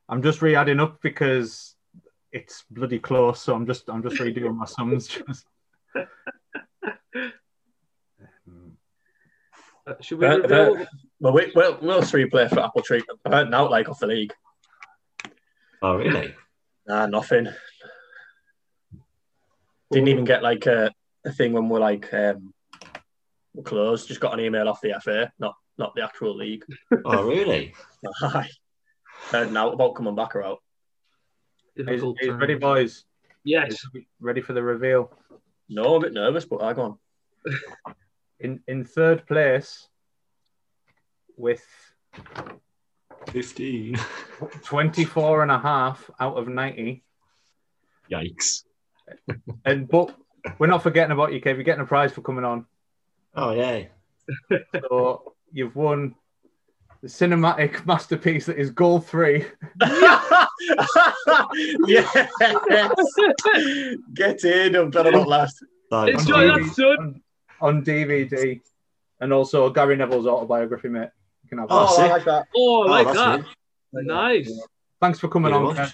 F: I'm just re-adding up because it's bloody close, so I'm just I'm just redoing my sums. Just.
E: Uh, should we
G: Uh,
E: reveal?
G: uh, Well, we, well, we'll just replay for Apple Tree. I've heard an outlake off the league.
B: oh, really?
G: Nah, nothing. Didn't even get like a, a thing when we're like um, we're closed. Just got an email off the FA, not not the actual league.
B: Oh, really?
G: Aye. Heard Uh, now about coming back or out.
F: He's,
E: difficult
F: he's
E: times.
F: ready, boys.
E: Yes.
F: He's ready for the reveal.
G: No, I'm a bit nervous, but I go on.
F: In in third place with
B: 15.
F: 24 and a half out of 90.
B: Yikes.
F: And but we're not forgetting about you, Kev. You're getting a prize for coming on.
B: Oh, yay.
F: So you've won the cinematic masterpiece that is goal three.
G: yes. Get in. I'm glad I'm not last.
B: Thanks.
E: Enjoy that, son.
F: on, on DVD, and also Gary Neville's autobiography, mate. You can have that.
B: Oh,
G: Oh, I
B: sick.
G: like that.
E: Oh, I
B: Oh,
E: like
B: that's
E: that.
B: good.
E: Nice.
F: Thanks for coming
B: Yeah,
F: on.
B: well.
F: Kev.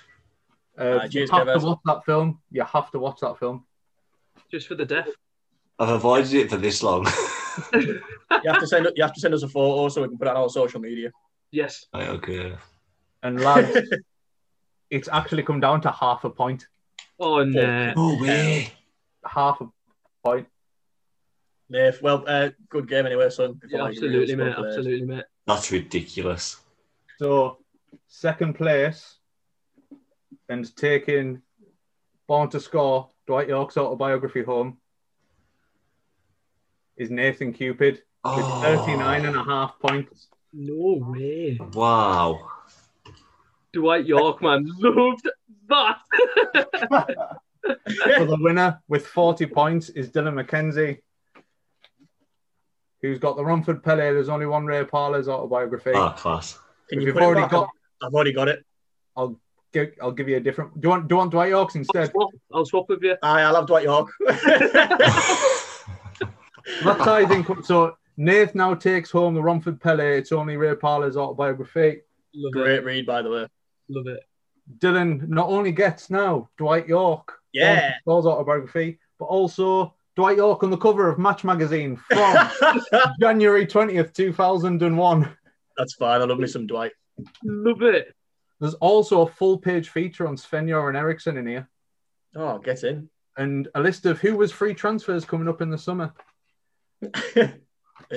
F: Uh,
G: Uh,
F: you
G: James
F: have to
G: Devers.
F: watch that film. You have to watch that film.
E: just for the deaf.
B: I've avoided it for this long.
G: You have to send you have to send us a photo so we can put it on our social media.
E: Yes.
B: Right, okay.
F: And lads, it's actually come down to half a point.
E: Oh no.
B: No way.
F: Half a point.
G: Nath, well, uh, good game anyway, son. If you
E: Yeah,
G: like,
E: absolutely,
G: really
E: mate.
G: well played.
E: Absolutely, mate.
B: That's ridiculous.
F: So second place and taking Born to Score, Dwight York's autobiography home is Nathan Cupid with
B: Oh,
F: 39 and a half points.
E: No way.
B: Oh, Wow.
E: Dwight York, man, loved that.
F: For the winner with 40 points is Dylan McKenzie, who's got the Romford Pele. There's only one Ray Parler's autobiography.
B: Ah, class.
G: Can
F: If
G: you
F: you've
G: put it
F: already
G: back
F: got-
G: up? I've already got it.
F: Go- I'll give you a different. Do you want? Do you want Dwight York's
E: I'll
F: instead?
E: swap, I'll swap with you.
G: Aye, I love Dwight York.
F: That's how I think. So Nath now takes home the Romford Pele. It's only Ray Parler's autobiography.
E: Love it.
G: Great read, by the way.
E: Love it.
F: Dylan not only gets now Dwight York,
G: Yeah.
F: Paul's autobiography, but also Dwight York on the cover of Match magazine from January twentieth, two thousand and one.
G: That's fine. I love me some Dwight.
E: Love it.
F: There's also a full page feature on Sven Göran Eriksson in here,
G: Oh, get in.
F: and a list of who was free transfers coming up in the summer. So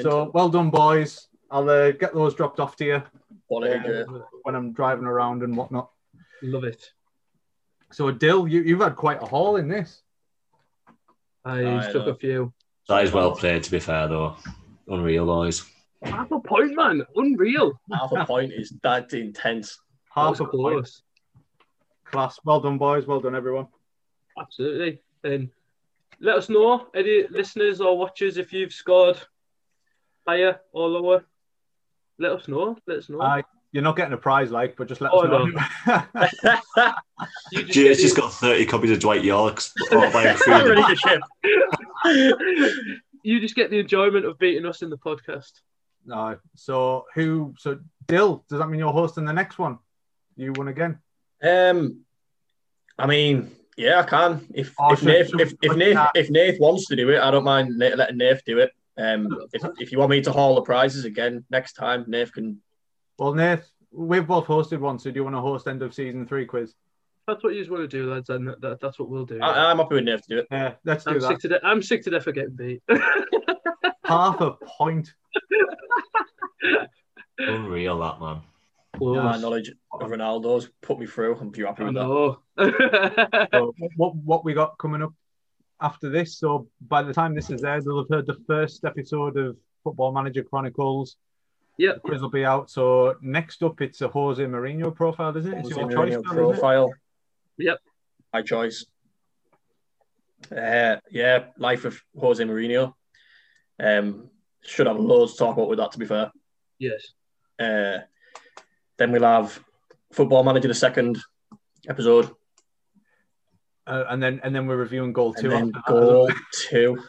G: so,
F: well done, boys. I'll uh, get those dropped off to you
G: quality
F: yeah.
G: game.
F: when I'm driving around and whatnot.
E: Love it.
F: So Dill, you, you've had quite a haul in this.
E: I
G: Aye,
E: took
G: no.
E: a few.
B: That is well played, to be fair, though. Unreal, boys.
E: Half a point, man. Unreal.
G: Half a point is that intense.
E: That
F: Half
E: was
F: a point
E: close.
F: class. Well done, boys. Well done, everyone.
E: Absolutely. And let us know, any listeners or watchers, if you've scored higher or lower. Let us know. Let us know.
F: Aye. You're not getting a prize, like, but just let
E: Oh,
F: us know.
E: You just
B: Jay's
E: get
B: just
E: the-
B: got 30 copies of Dwight York's
G: Ready
B: autobiography.
G: to ship.
E: you just get the enjoyment of beating us in the podcast.
F: No. So who? So Dill, does that mean you're hosting the next one? You won again.
G: Um, I mean, yeah, I can. If
F: Oh,
G: if
F: so-
G: Nath
F: so-
G: if if Nath, if Nath wants to do it, I don't mind Na- letting Nath do it. Um, if, if you want me to haul the prizes again next time, Nath can.
F: Well, Nath, we've both hosted one. So do you want to host end of season three quiz?
E: That's what you just want to do, lads, and that, that, that's what we'll do.
G: I, I'm happy with Nath to do it.
F: Yeah, let's do
E: I'm
F: that.
E: sick to death. I'm sick to death for getting beat.
F: Half a point.
B: Unreal, that man.
E: Close.
G: My knowledge of Ronaldo's put me through. I'm pretty happy
E: I
G: with that.
E: know.
F: So what what we got coming up after this? So by the time this is there, they'll have heard the first episode of Football Manager Chronicles.
E: Yep.
F: The quiz will be out. So next up, it's a Jose Mourinho profile, isn't it? It's
G: Jose
F: your
G: Mourinho
F: choice, now, isn't it?
G: profile.
E: Yep.
G: My choice. Uh, yeah, life of Jose Mourinho. Um, should have loads to talk about with that. To be fair.
E: yes.
G: Uh, then we'll have Football Manager, the second episode,
F: Uh, and then and then we're reviewing goal
G: and
F: two.
G: then
F: after that.
G: goal two.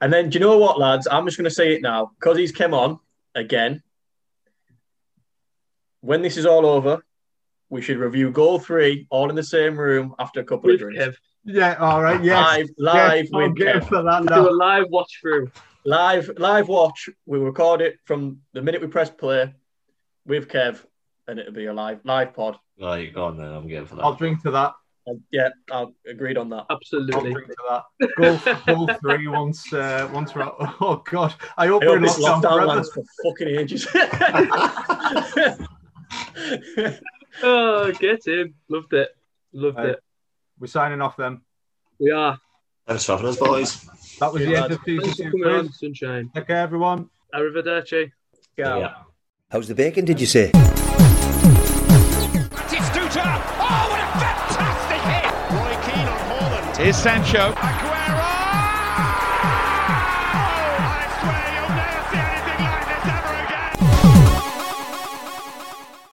G: And then, do you know what, lads? I'm just going to say it now because he's come on again. When this is all over, we should review goal three all in the same room after a couple
E: With
G: of drinks.
E: Kev.
F: Yeah. All right. Yes.
G: Live, live
F: Yes, I'll
G: with
F: go
G: Kev.
F: for that
E: Do a
F: now.
E: live watch through.
G: Live, live watch. We record it from the minute we press play with Kev, and it'll be a live, live pod.
B: Right, go on then. I'm going for that.
F: I'll drink to that.
G: Um, yeah, I agreed on that.
F: I'll
E: Absolutely.
F: drink to that. Goal, goal three once uh, once we're out. Oh God! I hope
G: I
F: we're
G: hope
F: in
G: this
F: lockdown,
G: lockdown
F: forever.
G: lasts for fucking ages.
E: Oh, get him. Loved it. Loved
F: Aye.
E: it.
F: We're signing off then.
E: We are.
B: Thanks for having us, boys.
F: That was
G: Yeah,
F: the end
G: lads.
F: of season
E: Thanks for
F: two.
E: coming on,
F: quiz.
E: Sunshine.
F: Take care, everyone.
E: Arrivederci.
B: yeah.
H: How's the bacon, did you say?
C: Matic Duta. Oh, what a fantastic hit! Roy Keane on Holland.
I: Here's Sancho.
C: I Oh,